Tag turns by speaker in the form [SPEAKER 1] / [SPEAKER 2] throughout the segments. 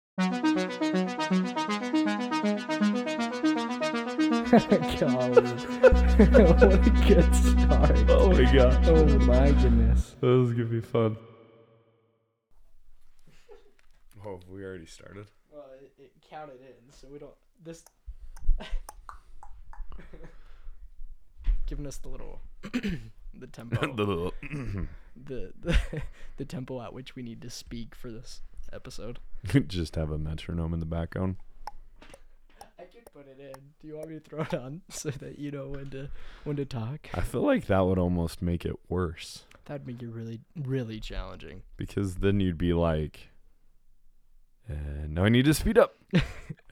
[SPEAKER 1] Golly. what a good start.
[SPEAKER 2] Oh my god.
[SPEAKER 1] Oh my goodness.
[SPEAKER 2] This is gonna be fun. Oh, we already started.
[SPEAKER 1] Well, it, it counted in, so we don't. This. giving us the little. the tempo. the, the, the tempo at which we need to speak for this episode.
[SPEAKER 2] Just have a metronome in the background.
[SPEAKER 1] I could put it in. Do you want me to throw it on so that you know when to when to talk?
[SPEAKER 2] I feel like that would almost make it worse
[SPEAKER 1] That'd make it really really challenging.
[SPEAKER 2] because then you'd be like, and now I need to speed up. and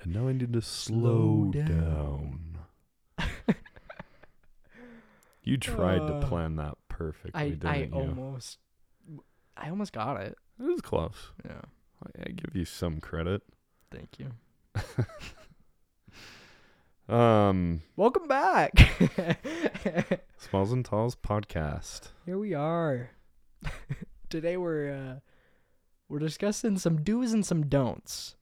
[SPEAKER 2] now I need to slow
[SPEAKER 1] Slow down."
[SPEAKER 2] down. you tried to
[SPEAKER 1] Uh,
[SPEAKER 2] plan that perfectly,
[SPEAKER 1] I
[SPEAKER 2] didn't
[SPEAKER 1] I
[SPEAKER 2] you?
[SPEAKER 1] almost I almost got it.
[SPEAKER 2] It was close.
[SPEAKER 1] Yeah.
[SPEAKER 2] Oh, I- I give you some credit.
[SPEAKER 1] Thank you.
[SPEAKER 2] Um,
[SPEAKER 1] Welcome back.
[SPEAKER 2] Smalls and Talls podcast.
[SPEAKER 1] Here we are. Today we're uh, we're discussing some do's and some don'ts.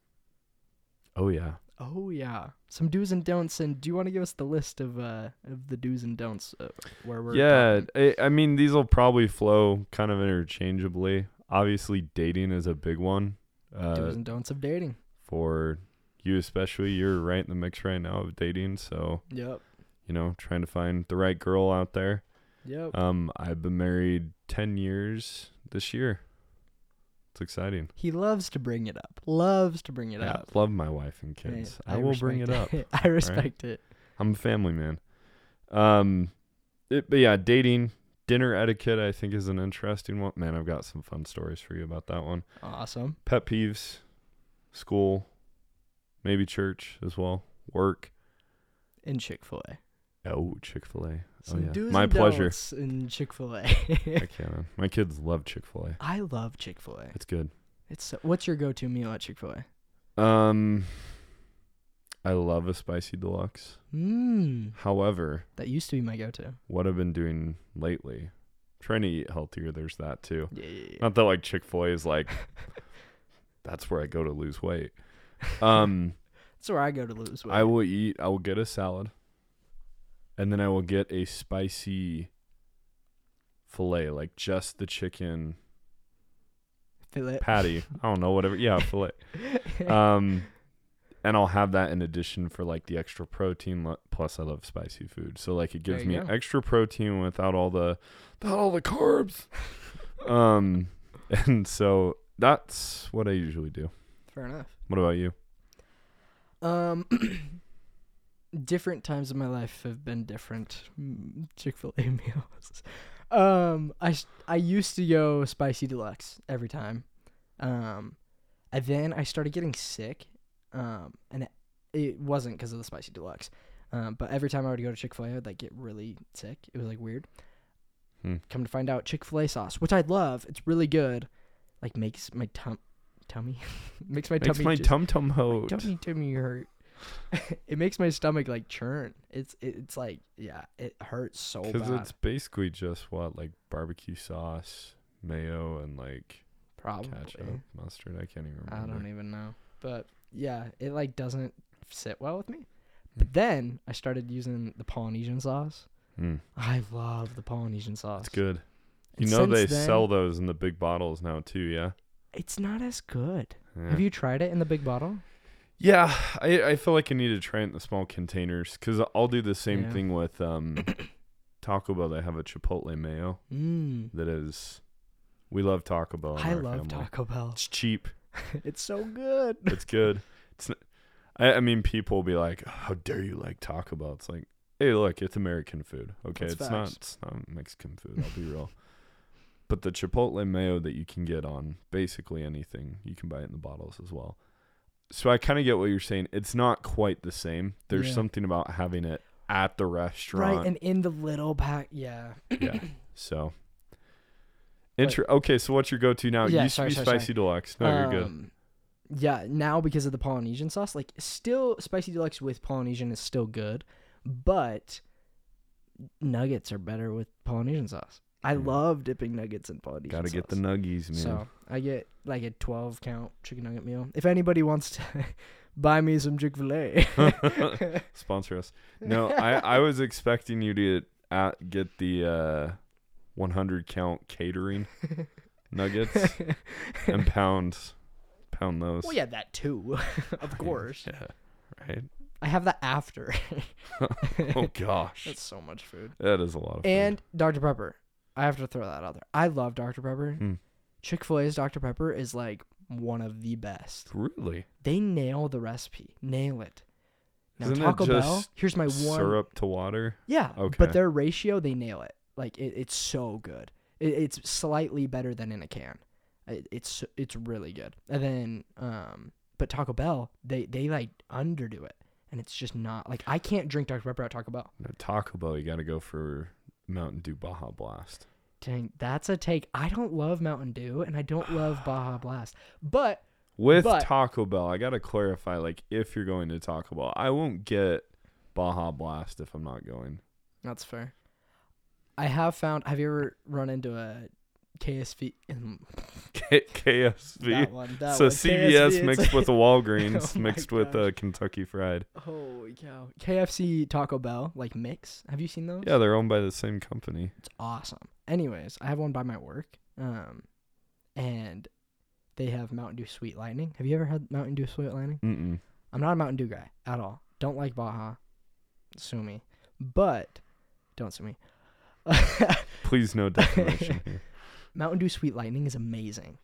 [SPEAKER 2] Oh yeah.
[SPEAKER 1] Oh yeah, some do's and don'ts. And do you want to give us the list of uh of the do's and don'ts uh, where we're
[SPEAKER 2] yeah,
[SPEAKER 1] talking?
[SPEAKER 2] I, I mean these will probably flow kind of interchangeably. Obviously, dating is a big one. Uh,
[SPEAKER 1] do's and don'ts of dating.
[SPEAKER 2] for you especially, you're right in the mix right now of dating. So
[SPEAKER 1] Yep,
[SPEAKER 2] you know, trying to find the right girl out there.
[SPEAKER 1] yep.
[SPEAKER 2] Um, I've been married ten years this year. It's exciting.
[SPEAKER 1] he loves to bring it up. Loves to bring it
[SPEAKER 2] Yeah,
[SPEAKER 1] up.
[SPEAKER 2] love my wife and
[SPEAKER 1] Hey,
[SPEAKER 2] kids. I, will bring it up.
[SPEAKER 1] respect I respect it.
[SPEAKER 2] I'm a family man. Um, it, but yeah, dating, dinner etiquette, I think is an interesting one. Man, I've got some fun stories for you about that one.
[SPEAKER 1] Awesome.
[SPEAKER 2] Pet peeves, school, maybe church as well, work.
[SPEAKER 1] In Chick Fil A.
[SPEAKER 2] Oh, Chick Fil A.
[SPEAKER 1] Some
[SPEAKER 2] yeah.
[SPEAKER 1] do's
[SPEAKER 2] My
[SPEAKER 1] and
[SPEAKER 2] pleasure.
[SPEAKER 1] don'ts in Chick Fil A.
[SPEAKER 2] I can't. man. My kids love Chick Fil A.
[SPEAKER 1] I love Chick Fil A.
[SPEAKER 2] It's good.
[SPEAKER 1] It's so, what's your go-to meal at Chick Fil A?
[SPEAKER 2] Um, I love a spicy deluxe.
[SPEAKER 1] Mmm.
[SPEAKER 2] However,
[SPEAKER 1] That used to be my go-to.
[SPEAKER 2] what I've been doing lately, trying to eat healthier. There's that too.
[SPEAKER 1] Yeah, yeah,
[SPEAKER 2] Not that like Chick Fil A is like that's where I go to lose weight. Um,
[SPEAKER 1] That's where I go to lose weight.
[SPEAKER 2] I will eat. I will get a salad, and then I will get a spicy fillet, like just the chicken
[SPEAKER 1] Fillet.
[SPEAKER 2] patty. I don't know, whatever. Yeah, fillet. Um, and I'll have that in addition for like the extra protein. lo- Plus, I love spicy food, so like it
[SPEAKER 1] There
[SPEAKER 2] gives
[SPEAKER 1] you
[SPEAKER 2] me
[SPEAKER 1] go.
[SPEAKER 2] extra protein without all the, without all the carbs. um, and so that's what I usually do.
[SPEAKER 1] Fair enough.
[SPEAKER 2] What about you?
[SPEAKER 1] Um, different times of my life have been different Chick Fil A meals. Um, I s- I used to go spicy deluxe every time. Um, and then I started getting sick. Um, and it, it wasn't because of the spicy deluxe. Um, but every time I would go to Chick Fil A, I'd like get really sick. It was like weird.
[SPEAKER 2] Hmm.
[SPEAKER 1] Come to find out, Chick Fil A sauce, which I love, it's really good. Like makes my tum tummy makes my
[SPEAKER 2] Makes
[SPEAKER 1] tummy
[SPEAKER 2] my
[SPEAKER 1] just-
[SPEAKER 2] tum tum hurt.
[SPEAKER 1] tummy tummy hurt. it makes my stomach like churn. It's it's like yeah, it hurts so
[SPEAKER 2] Because
[SPEAKER 1] Oh, bad.
[SPEAKER 2] it's basically just what like barbecue sauce, mayo, and like
[SPEAKER 1] probably
[SPEAKER 2] ketchup, mustard. I can't even remember.
[SPEAKER 1] I don't even know, but yeah, it like doesn't sit well with me. But then I started using the Polynesian sauce.
[SPEAKER 2] Mm,
[SPEAKER 1] I love the Polynesian sauce.
[SPEAKER 2] it's good. You
[SPEAKER 1] And
[SPEAKER 2] know they
[SPEAKER 1] since then-
[SPEAKER 2] sell those in the big bottles now too, yeah.
[SPEAKER 1] It's not as good.
[SPEAKER 2] Yeah.
[SPEAKER 1] Have you tried it in the big bottle?
[SPEAKER 2] Yeah, I, I feel like I need to try it in the small containers because I'll do the same
[SPEAKER 1] Yeah.
[SPEAKER 2] thing with um, Taco Bell. They have a Chipotle mayo
[SPEAKER 1] Mm.
[SPEAKER 2] that is. We love Taco Bell. in
[SPEAKER 1] I
[SPEAKER 2] our
[SPEAKER 1] love
[SPEAKER 2] family.
[SPEAKER 1] Taco Bell.
[SPEAKER 2] It's cheap.
[SPEAKER 1] it's so good.
[SPEAKER 2] It's good. it's. N- I, I mean, people will be like, "How dare you like Taco Bell?" It's like, hey, look, it's American food. Okay,
[SPEAKER 1] That's
[SPEAKER 2] it's not.
[SPEAKER 1] facts.
[SPEAKER 2] It's not Mexican food. I'll be real. But the Chipotle mayo that you can get on basically anything, you can buy it in the bottles as well. So I kind of get what you're saying. It's not quite the same. There's
[SPEAKER 1] Yeah.
[SPEAKER 2] something about having it at the restaurant.
[SPEAKER 1] Right, and in the little pack, yeah.
[SPEAKER 2] yeah. So. Inter- okay, so what's your go-to now? It
[SPEAKER 1] Yeah,
[SPEAKER 2] used
[SPEAKER 1] sorry,
[SPEAKER 2] to be
[SPEAKER 1] sorry, sorry.
[SPEAKER 2] spicy deluxe. No, Oh, you're good.
[SPEAKER 1] Um, Yeah, now because of the Polynesian sauce, like still spicy deluxe with Polynesian is still good, but nuggets are better with Polynesian sauce. I
[SPEAKER 2] Mm.
[SPEAKER 1] love dipping nuggets in Polynesian
[SPEAKER 2] Gotta get the
[SPEAKER 1] sauce.
[SPEAKER 2] nuggies, man.
[SPEAKER 1] So I get like a twelve count chicken nugget meal. If anybody wants to buy me some Chick Fil A,
[SPEAKER 2] Sponsor us. No, I, I was expecting you to at, get the uh, 100 count catering nuggets and pound pound those.
[SPEAKER 1] well, yeah, that too, of course.
[SPEAKER 2] Yeah, right.
[SPEAKER 1] I have that after.
[SPEAKER 2] Oh gosh,
[SPEAKER 1] That's so much food.
[SPEAKER 2] that is a lot of. food.
[SPEAKER 1] And Dr Pepper, I have to throw that out there. I love Dr Pepper.
[SPEAKER 2] Hmm.
[SPEAKER 1] Chick Fil A's Dr Pepper is like one of the best.
[SPEAKER 2] really,
[SPEAKER 1] They nail the recipe, nail it. Now
[SPEAKER 2] Isn't it
[SPEAKER 1] Taco Bell.
[SPEAKER 2] just
[SPEAKER 1] Here's my one.
[SPEAKER 2] syrup to water.
[SPEAKER 1] Yeah.
[SPEAKER 2] Okay.
[SPEAKER 1] But their ratio, they nail it. Like it, it's so good. It, it's slightly better than in a can. It, it's it's really good. And then, um, but Taco Bell, they they like underdo it, and it's just not like I can't drink Dr Pepper at Taco Bell.
[SPEAKER 2] No, Taco Bell, you got to go for Mountain Dew Baja Blast.
[SPEAKER 1] Dang, that's a take. I don't love Mountain Dew, and I don't love Baja Blast, but
[SPEAKER 2] With
[SPEAKER 1] But-
[SPEAKER 2] Taco Bell, I got to clarify. Like, if you're going to Taco Bell, I won't get Baja Blast if I'm not going.
[SPEAKER 1] that's fair. I have found. Have you ever run into a KSV? mm,
[SPEAKER 2] K- KSV.
[SPEAKER 1] That one. That
[SPEAKER 2] so
[SPEAKER 1] one.
[SPEAKER 2] CVS
[SPEAKER 1] KSV, it's
[SPEAKER 2] mixed with a Walgreens
[SPEAKER 1] Oh my
[SPEAKER 2] mixed with
[SPEAKER 1] gosh.
[SPEAKER 2] a Kentucky Fried.
[SPEAKER 1] Holy cow. KFC Taco Bell, like mix. Have you seen those?
[SPEAKER 2] Yeah, they're owned by the same company.
[SPEAKER 1] It's awesome. Anyways, I have one by my work. Um and they have Mountain Dew Sweet Lightning. Have you ever had Mountain Dew Sweet Lightning?
[SPEAKER 2] Mm-mm.
[SPEAKER 1] I'm not a Mountain Dew guy at all. Don't like Baja. Sue me. But don't sue me.
[SPEAKER 2] Please no defamation here.
[SPEAKER 1] Mountain Dew Sweet Lightning is amazing.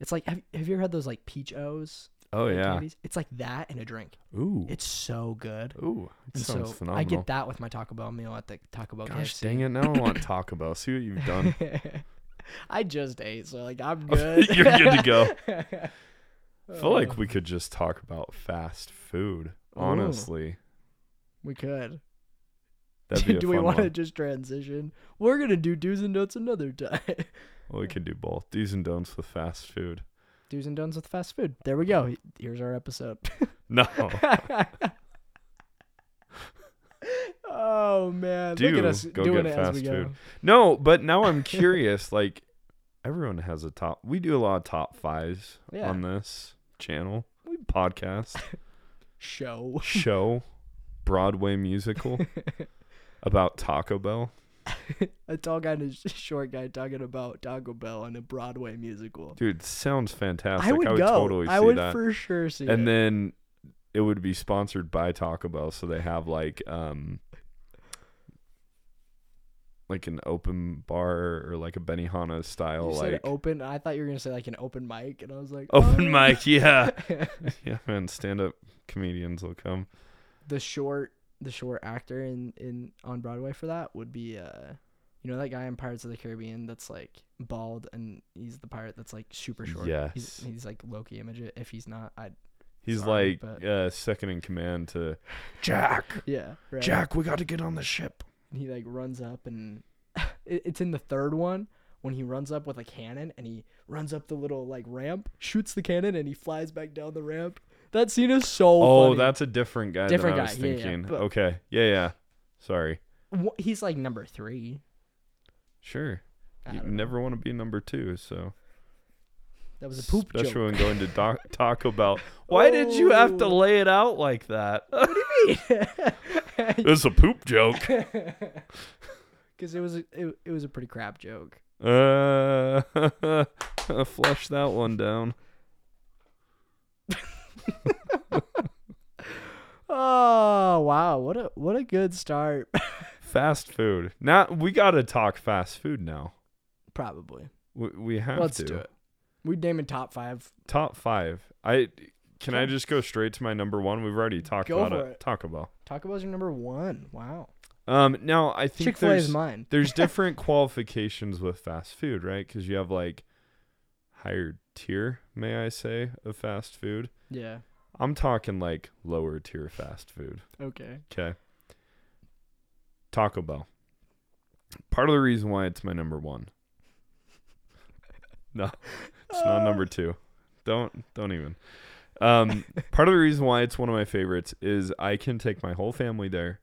[SPEAKER 1] It's like have, have you ever had those like peach O's?
[SPEAKER 2] Oh
[SPEAKER 1] like,
[SPEAKER 2] yeah.
[SPEAKER 1] candies? It's like that and a drink.
[SPEAKER 2] Ooh.
[SPEAKER 1] It's so good.
[SPEAKER 2] Ooh. It
[SPEAKER 1] And
[SPEAKER 2] sounds
[SPEAKER 1] so
[SPEAKER 2] phenomenal.
[SPEAKER 1] I get that Oh, with my Taco Bell meal at the Taco Bell.
[SPEAKER 2] Gosh
[SPEAKER 1] KFC.
[SPEAKER 2] dang it! Now I want Taco Bell. See what you've done.
[SPEAKER 1] I just ate, so like I'm good.
[SPEAKER 2] You're good to go.
[SPEAKER 1] go.
[SPEAKER 2] I feel like
[SPEAKER 1] Oh.
[SPEAKER 2] we could just talk about fast food. Honestly,
[SPEAKER 1] we could.
[SPEAKER 2] that'd be a
[SPEAKER 1] do we
[SPEAKER 2] fun
[SPEAKER 1] want to
[SPEAKER 2] one.
[SPEAKER 1] just transition? We're gonna do do's and don'ts another time.
[SPEAKER 2] Well, we could do both. Do's and don'ts with fast food.
[SPEAKER 1] do's and don'ts with fast food. There we go. Here's our episode.
[SPEAKER 2] No,
[SPEAKER 1] oh man, look
[SPEAKER 2] Do
[SPEAKER 1] at us
[SPEAKER 2] go
[SPEAKER 1] doing
[SPEAKER 2] get
[SPEAKER 1] it as we
[SPEAKER 2] fast
[SPEAKER 1] go.
[SPEAKER 2] food. no. But now I'm curious. Like everyone has a top. We do a lot of top fives
[SPEAKER 1] Yeah.
[SPEAKER 2] on this channel, podcast,
[SPEAKER 1] Show.
[SPEAKER 2] show, Broadway musical about Taco Bell.
[SPEAKER 1] a tall guy and a sh- short guy talking about Taco Bell in a Broadwood musical.
[SPEAKER 2] Dude, sounds fantastic.
[SPEAKER 1] I would, go.
[SPEAKER 2] totally see
[SPEAKER 1] I would
[SPEAKER 2] that.
[SPEAKER 1] for sure see
[SPEAKER 2] and
[SPEAKER 1] it.
[SPEAKER 2] then it would be sponsored by Taco Bell, so they have like um like an open bar or like a Benihana style
[SPEAKER 1] you said
[SPEAKER 2] like
[SPEAKER 1] open. I thought you were gonna say like an open mic, and I was like,
[SPEAKER 2] open
[SPEAKER 1] oh.
[SPEAKER 2] mic, yeah. yeah, man, stand up comedians will come.
[SPEAKER 1] the short, the short actor in in on Broadway for that would be uh, you know that guy in Pirates of the Caribbean that's like bald and he's the pirate that's like super short.
[SPEAKER 2] Yes.
[SPEAKER 1] He's, he's like Loki image it. If he's not, I
[SPEAKER 2] He's
[SPEAKER 1] Sorry,
[SPEAKER 2] like uh, second in command to Jack.
[SPEAKER 1] yeah. Right.
[SPEAKER 2] Jack, we got to get on the ship.
[SPEAKER 1] And he like runs up and it, it's in the third one when he runs up with a cannon and he runs up the little like ramp, shoots the cannon, and he flies back down the ramp. That scene is so.
[SPEAKER 2] Oh,
[SPEAKER 1] funny.
[SPEAKER 2] that's a different guy
[SPEAKER 1] Different
[SPEAKER 2] than I
[SPEAKER 1] guy,
[SPEAKER 2] was
[SPEAKER 1] yeah, yeah,
[SPEAKER 2] thinking.
[SPEAKER 1] but-
[SPEAKER 2] okay. Yeah, yeah. Sorry.
[SPEAKER 1] Wh- he's like number three.
[SPEAKER 2] Sure.
[SPEAKER 1] I
[SPEAKER 2] You
[SPEAKER 1] don't know.
[SPEAKER 2] never want to be number 2, so
[SPEAKER 1] That was a poop
[SPEAKER 2] Especially
[SPEAKER 1] joke.
[SPEAKER 2] when going to doc- Taco Bell. Why did you have to
[SPEAKER 1] Oh.
[SPEAKER 2] lay it out like that?
[SPEAKER 1] Because
[SPEAKER 2] it's a poop joke.
[SPEAKER 1] it was a, it, it was a pretty crap joke.
[SPEAKER 2] Uh, flush that one down.
[SPEAKER 1] Oh wow, what a what a good start.
[SPEAKER 2] Fast food. Now we gotta talk fast food. Now
[SPEAKER 1] Probably.
[SPEAKER 2] we, we have
[SPEAKER 1] Let's
[SPEAKER 2] to.
[SPEAKER 1] do it. We'd name a top five.
[SPEAKER 2] Top five. I can I
[SPEAKER 1] Okay.
[SPEAKER 2] just go straight to my number one? We've already talked
[SPEAKER 1] Go
[SPEAKER 2] about
[SPEAKER 1] for
[SPEAKER 2] it.
[SPEAKER 1] it.
[SPEAKER 2] Taco Bell.
[SPEAKER 1] Taco Bell's your number one. Wow.
[SPEAKER 2] Um, now I think
[SPEAKER 1] Chick Fil A is
[SPEAKER 2] there's-
[SPEAKER 1] mine.
[SPEAKER 2] there's different qualifications with fast food, right? Because you have like higher tier, may I say, of fast food.
[SPEAKER 1] Yeah.
[SPEAKER 2] I'm talking like lower tier fast food.
[SPEAKER 1] Okay.
[SPEAKER 2] Okay. Taco Bell. Part of the reason why it's my number one. No, it's
[SPEAKER 1] Uh.
[SPEAKER 2] not number two. Don't don't even. Um, part of the reason why it's one of my favorites is I can take my whole family there,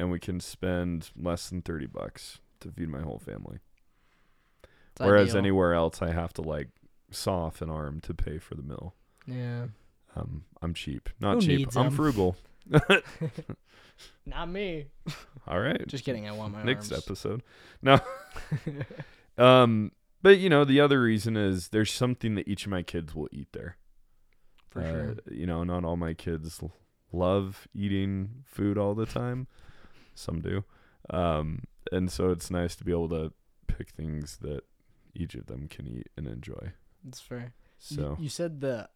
[SPEAKER 2] and we can spend less than thirty bucks to feed my whole family.
[SPEAKER 1] It's
[SPEAKER 2] Whereas
[SPEAKER 1] ideal.
[SPEAKER 2] anywhere else, I have to like saw off an arm to pay for the meal.
[SPEAKER 1] yeah,
[SPEAKER 2] Um, I'm cheap, not
[SPEAKER 1] Who
[SPEAKER 2] cheap.
[SPEAKER 1] needs
[SPEAKER 2] I'm
[SPEAKER 1] 'em?
[SPEAKER 2] frugal.
[SPEAKER 1] not me.
[SPEAKER 2] All right.
[SPEAKER 1] Just kidding. I want my
[SPEAKER 2] Next
[SPEAKER 1] arms.
[SPEAKER 2] episode. No. um, but you know, the other reason is there's something that each of my kids will eat there.
[SPEAKER 1] for
[SPEAKER 2] Uh,
[SPEAKER 1] sure.
[SPEAKER 2] You know, not all my kids l- love eating food all the time. Some do. Um, and so it's nice to be able to pick things that each of them can eat and enjoy.
[SPEAKER 1] It's fair. You-
[SPEAKER 2] So
[SPEAKER 1] you, said the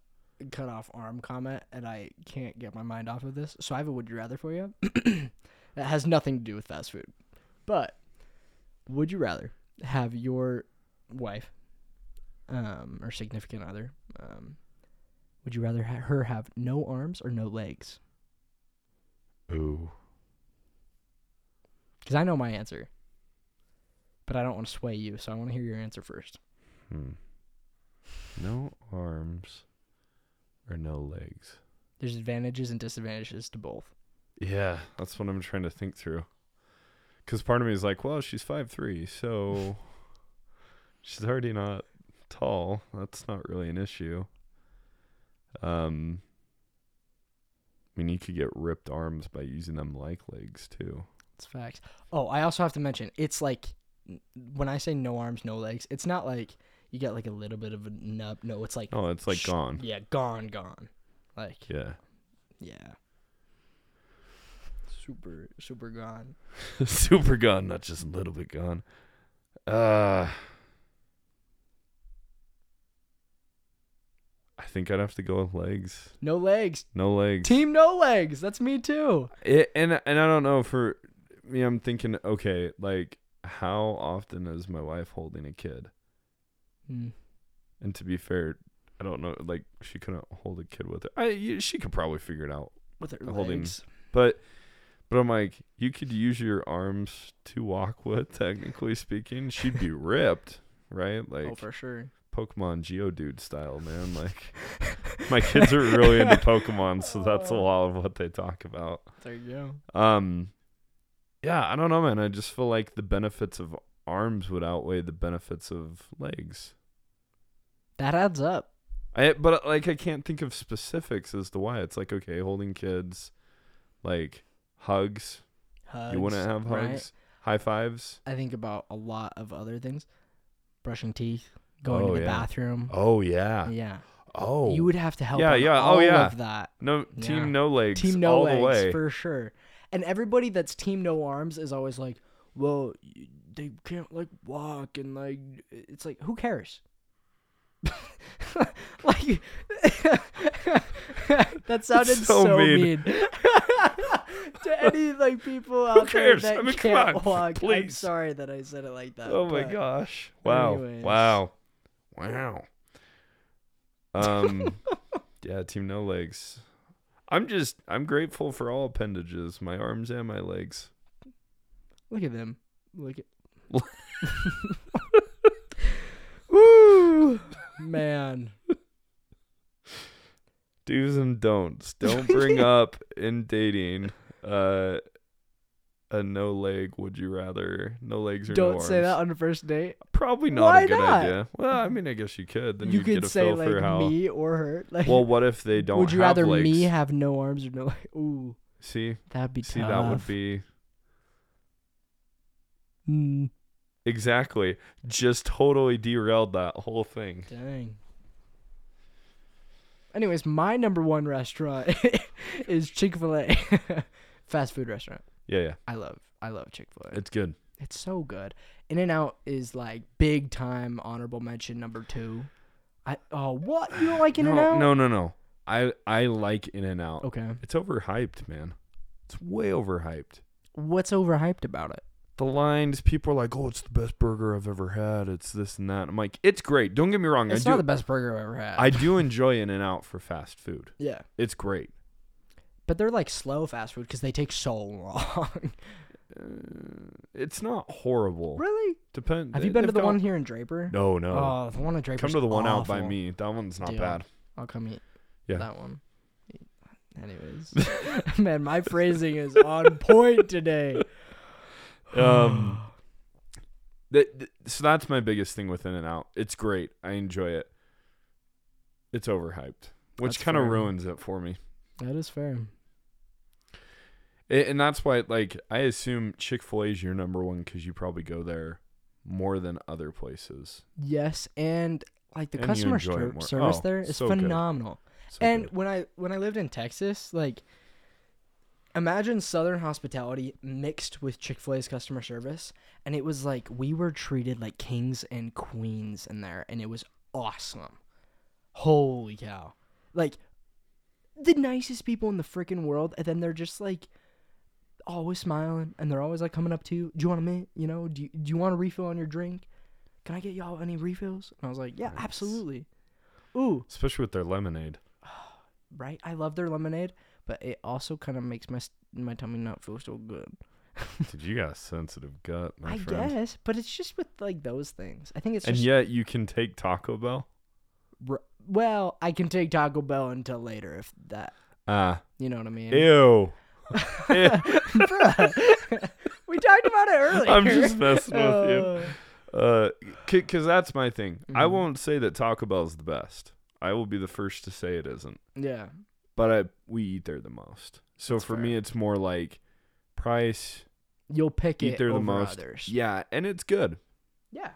[SPEAKER 1] cut off arm comment, and I can't get my mind off of this. So I have a would you rather for you. that has nothing to do with fast food, but would you rather have your wife, um, or significant other, um, would you rather ha- her have no arms or no legs?
[SPEAKER 2] ooh.
[SPEAKER 1] Because I know my answer, but I don't want to sway you, so I want to hear your answer first.
[SPEAKER 2] Hmm. No arms or no legs.
[SPEAKER 1] There's advantages and disadvantages to both.
[SPEAKER 2] Yeah, that's what I'm trying to think through. Because part of me is like, well, she's five three, so she's already not tall. That's not really an issue. Um, I mean, you could get ripped arms by using them like legs too.
[SPEAKER 1] It's facts. Oh, I also have to mention it's like n- when I say no arms, no legs, it's not like you got like a little bit of a nub. No, it's like
[SPEAKER 2] Oh, it's like
[SPEAKER 1] sh-
[SPEAKER 2] gone.
[SPEAKER 1] Yeah, gone, gone. Like
[SPEAKER 2] Yeah.
[SPEAKER 1] yeah. Super, super gone.
[SPEAKER 2] Super gone, not just a little bit gone. Uh I think I'd have to go with legs.
[SPEAKER 1] No legs.
[SPEAKER 2] No legs.
[SPEAKER 1] Team no legs. That's me too.
[SPEAKER 2] It, and and I don't know for me I'm thinking okay, like how often is my wife holding a kid?
[SPEAKER 1] Mm,
[SPEAKER 2] And to be fair, I don't know like she couldn't hold a kid with her. I you- she could probably figure it out.
[SPEAKER 1] with her
[SPEAKER 2] Holding-
[SPEAKER 1] legs.
[SPEAKER 2] But but I'm like you could use your arms to walk with technically speaking. She'd be ripped, right? Like
[SPEAKER 1] oh, for sure.
[SPEAKER 2] Pokemon Geodude style, man. Like my kids are really into Pokemon, so that's a lot of what they talk about.
[SPEAKER 1] Oh, There you go.
[SPEAKER 2] Um Yeah, I don't know, man. I just feel like the benefits of arms would outweigh the benefits of legs.
[SPEAKER 1] That adds up.
[SPEAKER 2] I but uh, like I can't think of specifics as to why. It's like okay, holding kids, like hugs.
[SPEAKER 1] Hugs,
[SPEAKER 2] you wouldn't have
[SPEAKER 1] right?
[SPEAKER 2] hugs. High fives.
[SPEAKER 1] I think about a lot of other things. Brushing teeth, going
[SPEAKER 2] Oh,
[SPEAKER 1] to the
[SPEAKER 2] yeah.
[SPEAKER 1] bathroom.
[SPEAKER 2] Oh yeah.
[SPEAKER 1] Yeah.
[SPEAKER 2] Oh.
[SPEAKER 1] You would have to help.
[SPEAKER 2] Yeah,
[SPEAKER 1] on
[SPEAKER 2] yeah, oh,
[SPEAKER 1] All
[SPEAKER 2] yeah.
[SPEAKER 1] Of that
[SPEAKER 2] no team
[SPEAKER 1] Yeah.
[SPEAKER 2] no legs.
[SPEAKER 1] team no
[SPEAKER 2] all
[SPEAKER 1] legs
[SPEAKER 2] the way.
[SPEAKER 1] for sure. And everybody that's team no arms is always like, well, y- they can't like walk and like it's like who cares? like that sounded
[SPEAKER 2] so
[SPEAKER 1] so,
[SPEAKER 2] mean.
[SPEAKER 1] mean. to any like people out
[SPEAKER 2] cares?
[SPEAKER 1] there
[SPEAKER 2] I
[SPEAKER 1] that
[SPEAKER 2] mean, come
[SPEAKER 1] can't walk.
[SPEAKER 2] on,
[SPEAKER 1] I'm
[SPEAKER 2] please.
[SPEAKER 1] sorry that I said it like that.
[SPEAKER 2] Oh my
[SPEAKER 1] but
[SPEAKER 2] gosh. Wow.
[SPEAKER 1] anyways.
[SPEAKER 2] Wow. Wow. Um yeah, team no legs. I'm just I'm grateful for all appendages, my arms and my legs.
[SPEAKER 1] Look at them. Look at.
[SPEAKER 2] Look.
[SPEAKER 1] Woo, man.
[SPEAKER 2] Do's and don'ts. Don't bring up in dating uh a no leg would you rather no legs or no
[SPEAKER 1] Don't
[SPEAKER 2] arms.
[SPEAKER 1] say that on the first date.
[SPEAKER 2] Probably not
[SPEAKER 1] Why
[SPEAKER 2] a good
[SPEAKER 1] not?
[SPEAKER 2] idea. Well, I mean, I guess you could. Then
[SPEAKER 1] you
[SPEAKER 2] would
[SPEAKER 1] could
[SPEAKER 2] get a
[SPEAKER 1] say
[SPEAKER 2] feel
[SPEAKER 1] like
[SPEAKER 2] for how.
[SPEAKER 1] me or her. Like,
[SPEAKER 2] Well, what if they don't?
[SPEAKER 1] would you
[SPEAKER 2] have
[SPEAKER 1] rather
[SPEAKER 2] legs?
[SPEAKER 1] me have no arms or no? Like, ooh,
[SPEAKER 2] See,
[SPEAKER 1] that'd be
[SPEAKER 2] see,
[SPEAKER 1] tough.
[SPEAKER 2] that would be
[SPEAKER 1] Mm,
[SPEAKER 2] Exactly. Just totally derailed that whole thing.
[SPEAKER 1] dang. Anyways, my number one restaurant is Chick Fil A, fast food restaurant.
[SPEAKER 2] Yeah, yeah.
[SPEAKER 1] I love, I love Chick Fil A.
[SPEAKER 2] It's good.
[SPEAKER 1] It's so good. In and Out is like big time honorable mention number two. I oh what you don't like In and
[SPEAKER 2] no,
[SPEAKER 1] Out?
[SPEAKER 2] no, no, no. I I like In and Out.
[SPEAKER 1] Okay.
[SPEAKER 2] It's overhyped, man. It's way overhyped.
[SPEAKER 1] What's overhyped about it?
[SPEAKER 2] The lines, people are like, "Oh, it's the best burger I've ever had." It's this and that. I'm like, "It's great. Don't get me wrong.
[SPEAKER 1] It's
[SPEAKER 2] I
[SPEAKER 1] not
[SPEAKER 2] do
[SPEAKER 1] the best burger I've ever had.
[SPEAKER 2] I do enjoy In and Out for fast food.
[SPEAKER 1] yeah,
[SPEAKER 2] It's great.
[SPEAKER 1] but they're like slow fast food because they take so long.
[SPEAKER 2] Uh, It's not horrible.
[SPEAKER 1] really?
[SPEAKER 2] Depend.
[SPEAKER 1] Have you been to
[SPEAKER 2] they've
[SPEAKER 1] the one
[SPEAKER 2] got-
[SPEAKER 1] here in Draper?
[SPEAKER 2] No, no.
[SPEAKER 1] Oh, the one in Draper.
[SPEAKER 2] Come to the one out by me. That one's not
[SPEAKER 1] Dude.
[SPEAKER 2] bad.
[SPEAKER 1] I'll come eat.
[SPEAKER 2] Yeah.
[SPEAKER 1] That one. Anyways, man, my phrasing is on point today.
[SPEAKER 2] Um, That th- so that's my biggest thing with In and Out. It's great. I enjoy it. It's overhyped, which
[SPEAKER 1] That's
[SPEAKER 2] kind of
[SPEAKER 1] fair.
[SPEAKER 2] ruins it for me.
[SPEAKER 1] That is fair.
[SPEAKER 2] A- and that's why, like, I assume Chick Fil A is your number one because you probably go there more than other places.
[SPEAKER 1] Yes, and like the
[SPEAKER 2] And you
[SPEAKER 1] customer
[SPEAKER 2] enjoy it
[SPEAKER 1] ser-
[SPEAKER 2] more.
[SPEAKER 1] service
[SPEAKER 2] Oh,
[SPEAKER 1] there is
[SPEAKER 2] so good.
[SPEAKER 1] phenomenal.
[SPEAKER 2] So
[SPEAKER 1] and
[SPEAKER 2] good.
[SPEAKER 1] when I when I lived in Texas, like imagine Southern hospitality mixed with Chick Fil A's customer service, and it was like we were treated like kings and queens in there, and it was awesome. Holy cow! Like the nicest people in the freaking world, and then they're just like always smiling, and they're always like coming up to you. Do you want a mint? You know, do you, do you want a refill on your drink? Can I get y'all any refills? And I was like, yeah,
[SPEAKER 2] Nice.
[SPEAKER 1] absolutely. Ooh,
[SPEAKER 2] especially with their lemonade.
[SPEAKER 1] right? I love their lemonade, but it also kind of makes my s- my tummy not feel so good.
[SPEAKER 2] Dude, you got a sensitive gut, my
[SPEAKER 1] I
[SPEAKER 2] friend.
[SPEAKER 1] guess, but it's just with like those things. I think it's
[SPEAKER 2] and
[SPEAKER 1] just
[SPEAKER 2] yet you can take Taco Bell.
[SPEAKER 1] r- well, I can take Taco Bell until later if that.
[SPEAKER 2] Ah,
[SPEAKER 1] You know what I mean?
[SPEAKER 2] ew. Eh,
[SPEAKER 1] Bruh. we talked about it earlier.
[SPEAKER 2] I'm just messing with you.
[SPEAKER 1] Uh,
[SPEAKER 2] Uh, because that's my thing. I
[SPEAKER 1] Mhm.
[SPEAKER 2] won't say that Taco Bell's the best. I will be the first to say it isn't.
[SPEAKER 1] Yeah.
[SPEAKER 2] But I we eat there the most. So
[SPEAKER 1] That's
[SPEAKER 2] for
[SPEAKER 1] fair.
[SPEAKER 2] me, it's more like price.
[SPEAKER 1] You'll pick
[SPEAKER 2] Eat
[SPEAKER 1] it
[SPEAKER 2] there the
[SPEAKER 1] over
[SPEAKER 2] most.
[SPEAKER 1] others.
[SPEAKER 2] Yeah, and it's good.
[SPEAKER 1] Yeah.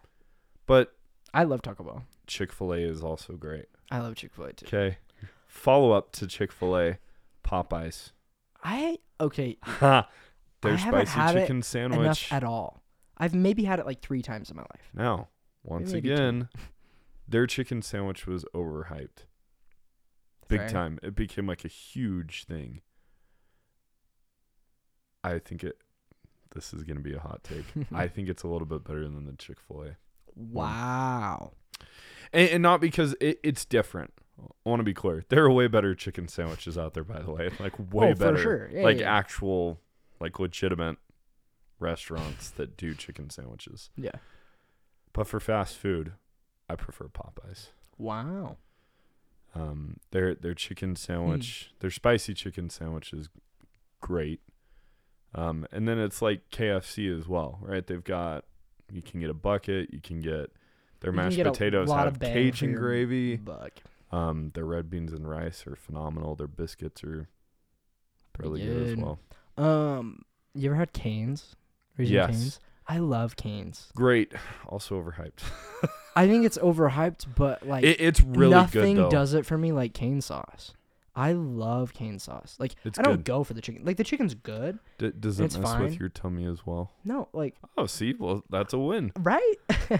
[SPEAKER 2] But
[SPEAKER 1] I love Taco Bell.
[SPEAKER 2] Chick Fil A is also great.
[SPEAKER 1] I love Chick Fil A too.
[SPEAKER 2] Okay, follow up to Chick Fil A, Popeyes.
[SPEAKER 1] I okay
[SPEAKER 2] Ha! Their
[SPEAKER 1] I haven't
[SPEAKER 2] spicy
[SPEAKER 1] had it
[SPEAKER 2] chicken sandwich.
[SPEAKER 1] enough at all. I've maybe had it like three times in my life.
[SPEAKER 2] Now, once
[SPEAKER 1] Maybe two.
[SPEAKER 2] again, their chicken sandwich was overhyped. Big
[SPEAKER 1] Fair.
[SPEAKER 2] time. It became like a huge thing. I think it this is gonna be a hot take.
[SPEAKER 1] Hmm.
[SPEAKER 2] I think it's a little bit better than the Chick-fil-A. Mm.
[SPEAKER 1] Wow.
[SPEAKER 2] And, and not because it, it's different. I want to be clear. There are way better chicken sandwiches out there, by the way. Like way
[SPEAKER 1] Oh, for
[SPEAKER 2] better.
[SPEAKER 1] sure. Yeah,
[SPEAKER 2] like
[SPEAKER 1] yeah, yeah.
[SPEAKER 2] actual like legitimate restaurants that do chicken sandwiches.
[SPEAKER 1] Yeah.
[SPEAKER 2] But for fast food, I prefer Popeyes.
[SPEAKER 1] Wow.
[SPEAKER 2] Um, their their
[SPEAKER 1] Hmm.
[SPEAKER 2] chicken sandwich, their spicy chicken sandwich is great. Um, and then it's like KFC as well, right? They've got you can get a bucket, you can get their
[SPEAKER 1] You can
[SPEAKER 2] mashed
[SPEAKER 1] get a
[SPEAKER 2] potatoes
[SPEAKER 1] lot
[SPEAKER 2] have
[SPEAKER 1] of bang for
[SPEAKER 2] Cajun
[SPEAKER 1] your
[SPEAKER 2] gravy.
[SPEAKER 1] Buck.
[SPEAKER 2] Um, their red beans and rice are phenomenal. Their biscuits are really good as
[SPEAKER 1] Good.
[SPEAKER 2] well.
[SPEAKER 1] Um, you ever had canes? Raising
[SPEAKER 2] Yes.
[SPEAKER 1] Cane's? I love canes.
[SPEAKER 2] Great, also overhyped.
[SPEAKER 1] I think it's overhyped, but like
[SPEAKER 2] it, it's really
[SPEAKER 1] nothing
[SPEAKER 2] good though.
[SPEAKER 1] does it for me like cane sauce. I love cane sauce. Like
[SPEAKER 2] It's
[SPEAKER 1] I don't
[SPEAKER 2] good.
[SPEAKER 1] go for the chicken. Like the chicken's good.
[SPEAKER 2] D- does it
[SPEAKER 1] it's
[SPEAKER 2] mess
[SPEAKER 1] fine.
[SPEAKER 2] with your tummy as well?
[SPEAKER 1] No, like
[SPEAKER 2] Oh, see, well, that's a win.
[SPEAKER 1] right.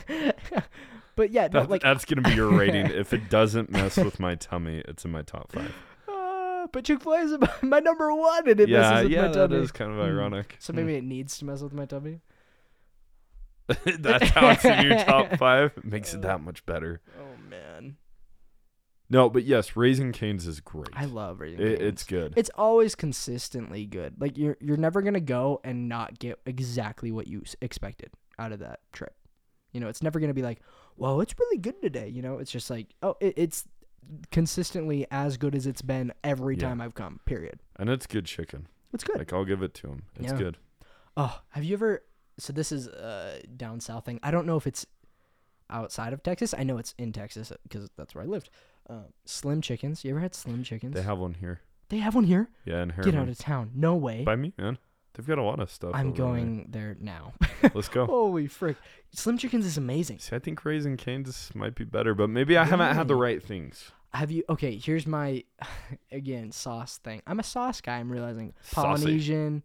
[SPEAKER 1] but yeah, no,
[SPEAKER 2] That,
[SPEAKER 1] like
[SPEAKER 2] that's gonna be your rating. if it doesn't mess with my tummy, it's in my top five.
[SPEAKER 1] uh, but Chick Fil A is my- my number one, and it
[SPEAKER 2] yeah,
[SPEAKER 1] messes with
[SPEAKER 2] yeah,
[SPEAKER 1] my
[SPEAKER 2] that
[SPEAKER 1] tummy.
[SPEAKER 2] is Mm. kind of
[SPEAKER 1] Hmm.
[SPEAKER 2] ironic.
[SPEAKER 1] So maybe it needs to mess with my tummy.
[SPEAKER 2] that's how it's in your top five. It makes it that much better.
[SPEAKER 1] Oh man,
[SPEAKER 2] No, but yes, raising canes is great.
[SPEAKER 1] I love raising
[SPEAKER 2] it,
[SPEAKER 1] canes.
[SPEAKER 2] it's good.
[SPEAKER 1] it's always consistently good. Like you're you're never gonna go and not get exactly what you s- expected out of that trip. You know, it's never gonna be like, "Whoa, it's really good today." You know, it's just like, "Oh, it, it's consistently as good as it's been every
[SPEAKER 2] Yeah.
[SPEAKER 1] time I've come." Period.
[SPEAKER 2] and it's good chicken.
[SPEAKER 1] It's good.
[SPEAKER 2] Like I'll give it to him. It's
[SPEAKER 1] Yeah.
[SPEAKER 2] good.
[SPEAKER 1] oh, have you ever? So this is a down south thing. I don't know if it's outside of Texas. I know it's in Texas because that's where I lived. Um, slim chickens. You ever had slim chickens?
[SPEAKER 2] They have one here.
[SPEAKER 1] They have one here.
[SPEAKER 2] Yeah, in
[SPEAKER 1] Get out
[SPEAKER 2] Harriman.
[SPEAKER 1] of town. No way.
[SPEAKER 2] By me, man. They've got a lot of stuff.
[SPEAKER 1] I'm
[SPEAKER 2] over there.
[SPEAKER 1] going there now.
[SPEAKER 2] Let's go.
[SPEAKER 1] Holy frick. Slim Chickens is amazing.
[SPEAKER 2] See, I think raising canes might be better, but maybe I haven't had the
[SPEAKER 1] Really?
[SPEAKER 2] right things.
[SPEAKER 1] Have you okay, here's my again, sauce thing. I'm a sauce guy, I'm realizing.
[SPEAKER 2] Saucy.
[SPEAKER 1] Polynesian,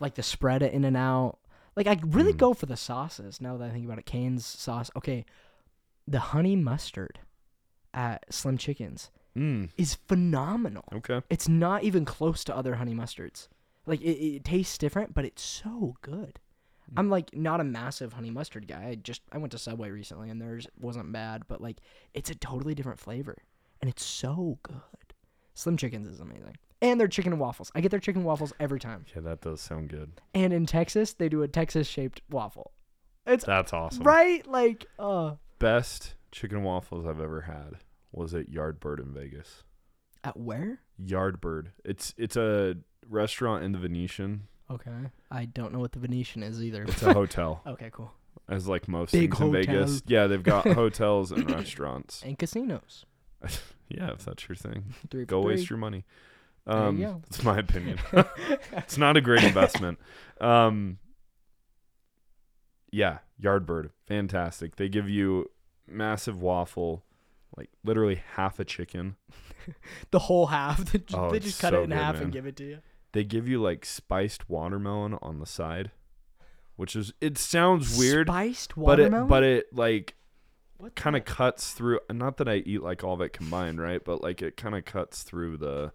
[SPEAKER 1] like the spread it in and out. Like I really
[SPEAKER 2] Mm.
[SPEAKER 1] go for the sauces now that I think about it. Cane's sauce. Okay. The honey mustard at Slim Chickens
[SPEAKER 2] Mm,
[SPEAKER 1] is phenomenal.
[SPEAKER 2] okay.
[SPEAKER 1] It's not even close to other honey mustards. Like it, it tastes different, but it's so good.
[SPEAKER 2] Mm.
[SPEAKER 1] I'm like not a massive honey mustard guy. I just I went to Subway recently and theirs wasn't bad, but like it's a totally different flavor and it's so good. Slim Chickens is amazing. And their chicken and waffles. I get their chicken waffles every time.
[SPEAKER 2] Yeah, that does sound good.
[SPEAKER 1] And in Texas, they do a Texas shaped waffle. It's
[SPEAKER 2] That's awesome.
[SPEAKER 1] right like uh
[SPEAKER 2] best chicken waffles I've ever had was at Yardbird in Vegas.
[SPEAKER 1] at where?
[SPEAKER 2] Yardbird. It's it's a restaurant in the Venetian.
[SPEAKER 1] Okay. I don't know what the Venetian is either.
[SPEAKER 2] It's a hotel.
[SPEAKER 1] okay, cool.
[SPEAKER 2] as like most
[SPEAKER 1] Big
[SPEAKER 2] things in Vegas.
[SPEAKER 1] hotel.
[SPEAKER 2] Yeah, they've got hotels and restaurants.
[SPEAKER 1] and casinos.
[SPEAKER 2] Yeah, if that's your thing,
[SPEAKER 1] Three
[SPEAKER 2] go
[SPEAKER 1] for
[SPEAKER 2] waste
[SPEAKER 1] three.
[SPEAKER 2] your money.
[SPEAKER 1] you
[SPEAKER 2] Um,
[SPEAKER 1] go.
[SPEAKER 2] that's my opinion. it's not a great investment. Um, yeah, Yardbird, fantastic. They give you massive waffle, like literally half a chicken.
[SPEAKER 1] the whole half. They ju-
[SPEAKER 2] Oh,
[SPEAKER 1] they
[SPEAKER 2] it's
[SPEAKER 1] just cut
[SPEAKER 2] so
[SPEAKER 1] it in
[SPEAKER 2] good,
[SPEAKER 1] half
[SPEAKER 2] man.
[SPEAKER 1] and give it to you.
[SPEAKER 2] They give you like spiced watermelon on the side, which is it sounds weird,
[SPEAKER 1] Spiced
[SPEAKER 2] but it
[SPEAKER 1] watermelon.
[SPEAKER 2] but it like
[SPEAKER 1] What
[SPEAKER 2] kind
[SPEAKER 1] the-
[SPEAKER 2] of cuts through. Not that I eat like all of it combined, right? But like it kind of cuts through the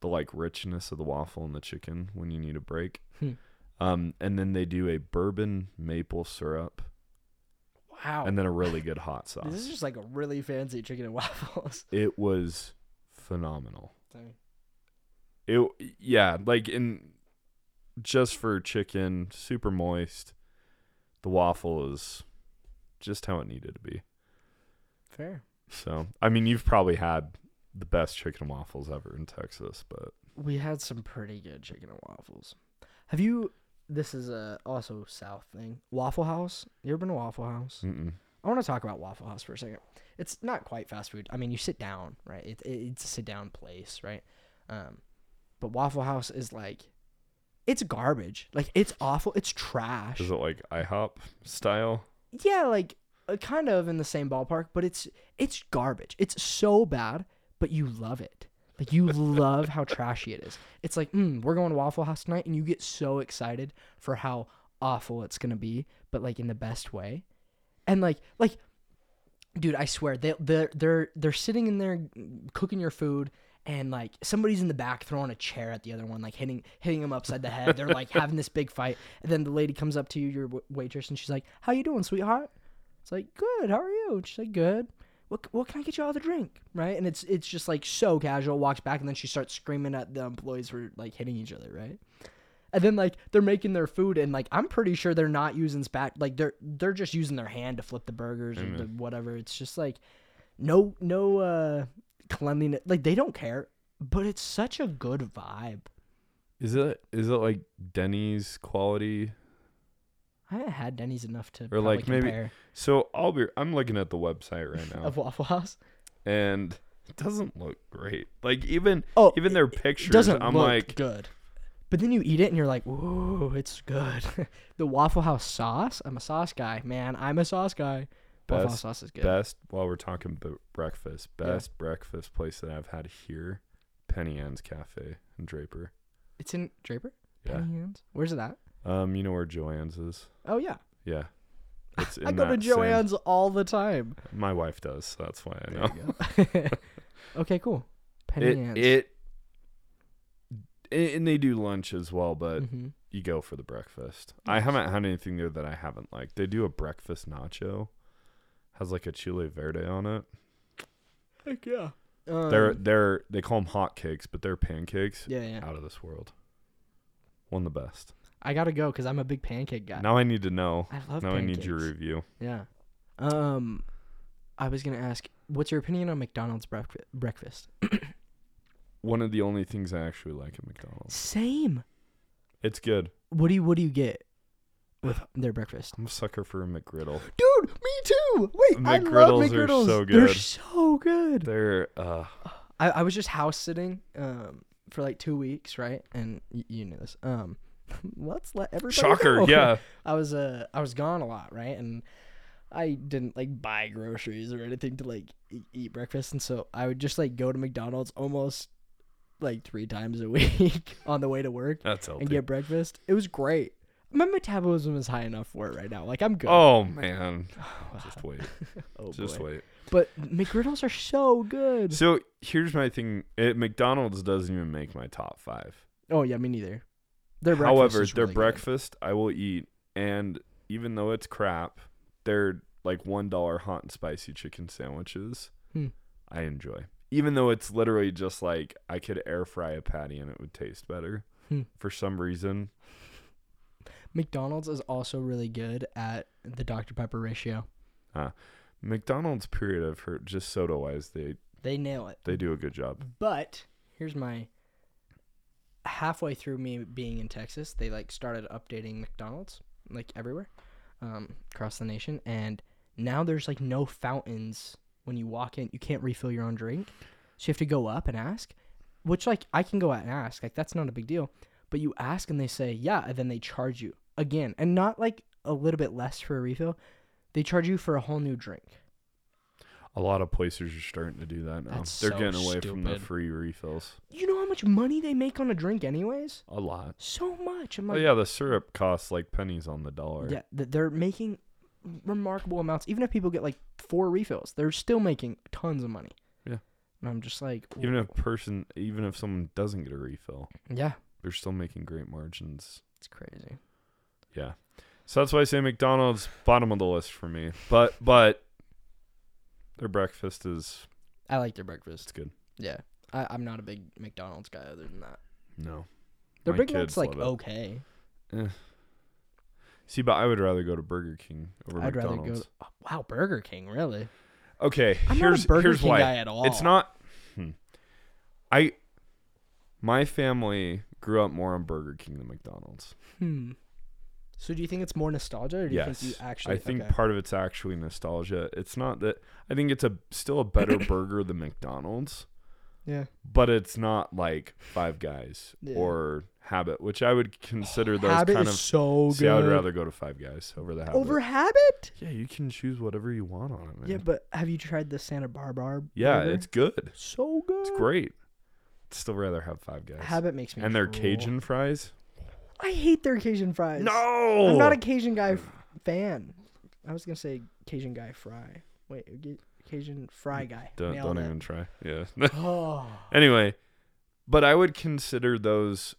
[SPEAKER 2] the like richness of the waffle and the chicken when you need a break.
[SPEAKER 1] Hmm.
[SPEAKER 2] Um, and then they do a bourbon maple syrup
[SPEAKER 1] wow.
[SPEAKER 2] and then a really good hot sauce.
[SPEAKER 1] This is just like a really fancy chicken and waffles.
[SPEAKER 2] it was phenomenal.
[SPEAKER 1] Dang.
[SPEAKER 2] It yeah, like in just for chicken, super moist. The waffle is just how it needed to be.
[SPEAKER 1] Fair.
[SPEAKER 2] So, I mean, you've probably had the best chicken and waffles ever in Texas, but
[SPEAKER 1] We had some pretty good chicken and waffles. Have you? This is a also South thing. Waffle House. You ever been to Waffle House?
[SPEAKER 2] mm-mm.
[SPEAKER 1] I want to talk about Waffle House for a second. It's not quite fast food. I mean, you sit down, right? It, it, it's a sit down place, right? Um, but Waffle House is like, it's garbage. Like it's awful. It's trash.
[SPEAKER 2] is it like IHOP style?
[SPEAKER 1] yeah, like uh, kind of in the same ballpark, but it's it's garbage. It's so bad, but you love it. Like you love how trashy it is. It's like, mm, we're going to Waffle House tonight, and you get so excited for how awful it's gonna be, but like in the best way. And like, like, dude, I swear they they're they're they're sitting in there cooking your food. And like somebody's in the back throwing a chair at the other one, like hitting hitting him upside the head. They're like having this big fight, and then the lady comes up to you, your w- waitress, and she's like, "How you doing, sweetheart?" It's like, "Good. How are you?" And she's like, "Good." What, what can I get you all the drink? Right? And it's it's just like so casual. Walks back and then she starts screaming at the employees for like hitting each other, right? And then like they're making their food and like I'm pretty sure they're not using spat like they're they're just using their hand to flip the burgers or the whatever. It's just like no no uh cleanliness. Like they don't care, but it's such a good vibe.
[SPEAKER 2] Is it is it like Denny's quality
[SPEAKER 1] I haven't had Denny's enough to
[SPEAKER 2] Or, like,
[SPEAKER 1] probably
[SPEAKER 2] maybe- Oh.
[SPEAKER 1] compare
[SPEAKER 2] So I'll be. I'm looking at the website right now,
[SPEAKER 1] of Waffle House.
[SPEAKER 2] and it doesn't look great. Like even
[SPEAKER 1] Oh,
[SPEAKER 2] even their
[SPEAKER 1] It
[SPEAKER 2] pictures,
[SPEAKER 1] doesn't
[SPEAKER 2] I'm
[SPEAKER 1] look
[SPEAKER 2] like,
[SPEAKER 1] good. But then you eat it and you're like, whoa, it's good. the Waffle House sauce. I'm a sauce guy, man. I'm a sauce guy. Waffle House
[SPEAKER 2] Best-
[SPEAKER 1] sauce is good.
[SPEAKER 2] best. While we're talking b- breakfast, best breakfast place that I've had here, Penny Ann's Cafe in Draper.
[SPEAKER 1] It's in Draper.
[SPEAKER 2] Yeah.
[SPEAKER 1] Penny Ann's. Where's it at?
[SPEAKER 2] Um, you know where Joanne's is?
[SPEAKER 1] Oh yeah,
[SPEAKER 2] Yeah. It's in
[SPEAKER 1] I go to
[SPEAKER 2] that same-
[SPEAKER 1] Joanne's all the time.
[SPEAKER 2] My wife does. So that's why I
[SPEAKER 1] There
[SPEAKER 2] know.
[SPEAKER 1] you go. okay, cool. Penny
[SPEAKER 2] It,
[SPEAKER 1] Ann's.
[SPEAKER 2] it and they do lunch as well, but
[SPEAKER 1] hmm
[SPEAKER 2] you go for the breakfast. I haven't had anything there that I haven't liked. They do a breakfast nacho, has like a chile verde on it.
[SPEAKER 1] Heck yeah. Um,
[SPEAKER 2] they're they're they call them hot cakes, but they're pancakes.
[SPEAKER 1] yeah, yeah.
[SPEAKER 2] Out of this world. One of the best.
[SPEAKER 1] I gotta go because I'm a big pancake guy.
[SPEAKER 2] Now I need to know.
[SPEAKER 1] I love.
[SPEAKER 2] now I need your
[SPEAKER 1] pancakes.
[SPEAKER 2] review.
[SPEAKER 1] Yeah. Um, I was gonna ask, what's your opinion on McDonald's breakfast? Breakfast.
[SPEAKER 2] One of the only things I actually like at McDonald's.
[SPEAKER 1] Same.
[SPEAKER 2] It's good.
[SPEAKER 1] What do you What do you get with their breakfast?
[SPEAKER 2] I'm a sucker for a McGriddle.
[SPEAKER 1] Dude, me too. Wait, I love
[SPEAKER 2] McGriddles are
[SPEAKER 1] McGriddles. They're
[SPEAKER 2] so good.
[SPEAKER 1] so good.
[SPEAKER 2] They're uh
[SPEAKER 1] I, I was just house sitting um for like two weeks, right? And y- you knew this. Um, let's let everybody.
[SPEAKER 2] shocker,
[SPEAKER 1] know.
[SPEAKER 2] yeah.
[SPEAKER 1] I was uh I was gone a lot, right? And I didn't like buy groceries or anything to like e- eat breakfast, and so I would just like go to McDonald's almost like three times a week on the way to work
[SPEAKER 2] That's
[SPEAKER 1] and
[SPEAKER 2] healthy.
[SPEAKER 1] get breakfast. It was great. My metabolism is high enough for it right now. Like I'm good.
[SPEAKER 2] Oh man. Just wait.
[SPEAKER 1] Oh,
[SPEAKER 2] Just
[SPEAKER 1] boy.
[SPEAKER 2] wait.
[SPEAKER 1] But McGriddles are so good.
[SPEAKER 2] So here's my thing. It, McDonald's doesn't even make my top five.
[SPEAKER 1] Oh yeah, me neither. Their breakfast
[SPEAKER 2] However,
[SPEAKER 1] is
[SPEAKER 2] their
[SPEAKER 1] really good.
[SPEAKER 2] breakfast I will eat, and even though it's crap, their like one dollar hot and spicy chicken sandwiches
[SPEAKER 1] Hmm.
[SPEAKER 2] I enjoy. Even though it's literally just like I could air fry a patty and it would taste better.
[SPEAKER 1] Hmm.
[SPEAKER 2] For some reason,
[SPEAKER 1] McDonald's is also really good at the Dr Pepper ratio.
[SPEAKER 2] McDonald's period I've heard just soda wise they
[SPEAKER 1] They nail it.
[SPEAKER 2] they do a good job.
[SPEAKER 1] But here's my halfway through me being in Texas, they like started updating McDonald's like everywhere. um, across the nation, and now there's like no fountains when you walk in. You can't refill your own drink, so you have to go up and ask. Which like I can go out and ask, like that's not a big deal. But you ask and they say yeah, and then they charge you again, and not like a little bit less for a refill. They charge you for a whole new drink.
[SPEAKER 2] A lot of places are starting to do that now.
[SPEAKER 1] That's
[SPEAKER 2] They're
[SPEAKER 1] so
[SPEAKER 2] getting away from the
[SPEAKER 1] stupid.
[SPEAKER 2] free refills.
[SPEAKER 1] You know how much money they make on a drink, anyways?
[SPEAKER 2] A lot.
[SPEAKER 1] So much. I'm
[SPEAKER 2] Oh
[SPEAKER 1] like,
[SPEAKER 2] yeah, the syrup costs like pennies on the dollar.
[SPEAKER 1] Yeah, th- they're making remarkable amounts. Even if people get like four refills, they're still making tons of money.
[SPEAKER 2] Yeah.
[SPEAKER 1] And I'm just like,
[SPEAKER 2] Even if person, even if someone doesn't get a refill,
[SPEAKER 1] yeah,
[SPEAKER 2] they're still making great margins.
[SPEAKER 1] it's crazy.
[SPEAKER 2] Yeah. So that's why I say McDonald's bottom of the list for me. But but their breakfast is
[SPEAKER 1] I like their
[SPEAKER 2] it's
[SPEAKER 1] breakfast.
[SPEAKER 2] good.
[SPEAKER 1] Yeah, I, I'm not a big McDonald's guy. Other than that,
[SPEAKER 2] No.
[SPEAKER 1] their
[SPEAKER 2] My
[SPEAKER 1] Big Mac's
[SPEAKER 2] kids
[SPEAKER 1] like
[SPEAKER 2] love it.
[SPEAKER 1] okay.
[SPEAKER 2] See, but I would rather go to Burger King over
[SPEAKER 1] I'd
[SPEAKER 2] McDonald's.
[SPEAKER 1] rather go. oh, wow, Burger King, really?
[SPEAKER 2] Okay,
[SPEAKER 1] I'm
[SPEAKER 2] here's
[SPEAKER 1] not a Burger
[SPEAKER 2] here's
[SPEAKER 1] King
[SPEAKER 2] why.
[SPEAKER 1] guy at all.
[SPEAKER 2] It's not. Hmm. I. My family grew up more on Burger King than McDonald's.
[SPEAKER 1] Hmm. So do you think it's more nostalgia, or do you
[SPEAKER 2] yes,
[SPEAKER 1] think you actually?
[SPEAKER 2] I think
[SPEAKER 1] okay.
[SPEAKER 2] part of it's actually nostalgia. It's not that I think it's a still a better burger than McDonald's,
[SPEAKER 1] yeah.
[SPEAKER 2] but it's not like Five Guys
[SPEAKER 1] Yeah. Oh,
[SPEAKER 2] or Habit, which I would consider those
[SPEAKER 1] Habit
[SPEAKER 2] kind
[SPEAKER 1] is
[SPEAKER 2] of.
[SPEAKER 1] so good.
[SPEAKER 2] see, I would rather go to Five Guys over the Habit.
[SPEAKER 1] over Habit.
[SPEAKER 2] yeah, you can choose whatever you want on it, man.
[SPEAKER 1] Yeah, but have you tried the Santa Barbara?
[SPEAKER 2] yeah,
[SPEAKER 1] burger?
[SPEAKER 2] it's good.
[SPEAKER 1] so good.
[SPEAKER 2] It's great. I'd still rather have Five Guys.
[SPEAKER 1] Habit makes me
[SPEAKER 2] and their
[SPEAKER 1] drool.
[SPEAKER 2] Cajun fries.
[SPEAKER 1] I hate their Cajun fries.
[SPEAKER 2] No,
[SPEAKER 1] I'm not a Cajun guy f- fan. I was gonna say Cajun guy fry. Wait, Ca- Cajun fry guy.
[SPEAKER 2] Don't,
[SPEAKER 1] Nailed
[SPEAKER 2] don't
[SPEAKER 1] it.
[SPEAKER 2] even try. Yeah.
[SPEAKER 1] Oh,
[SPEAKER 2] anyway, but I would consider those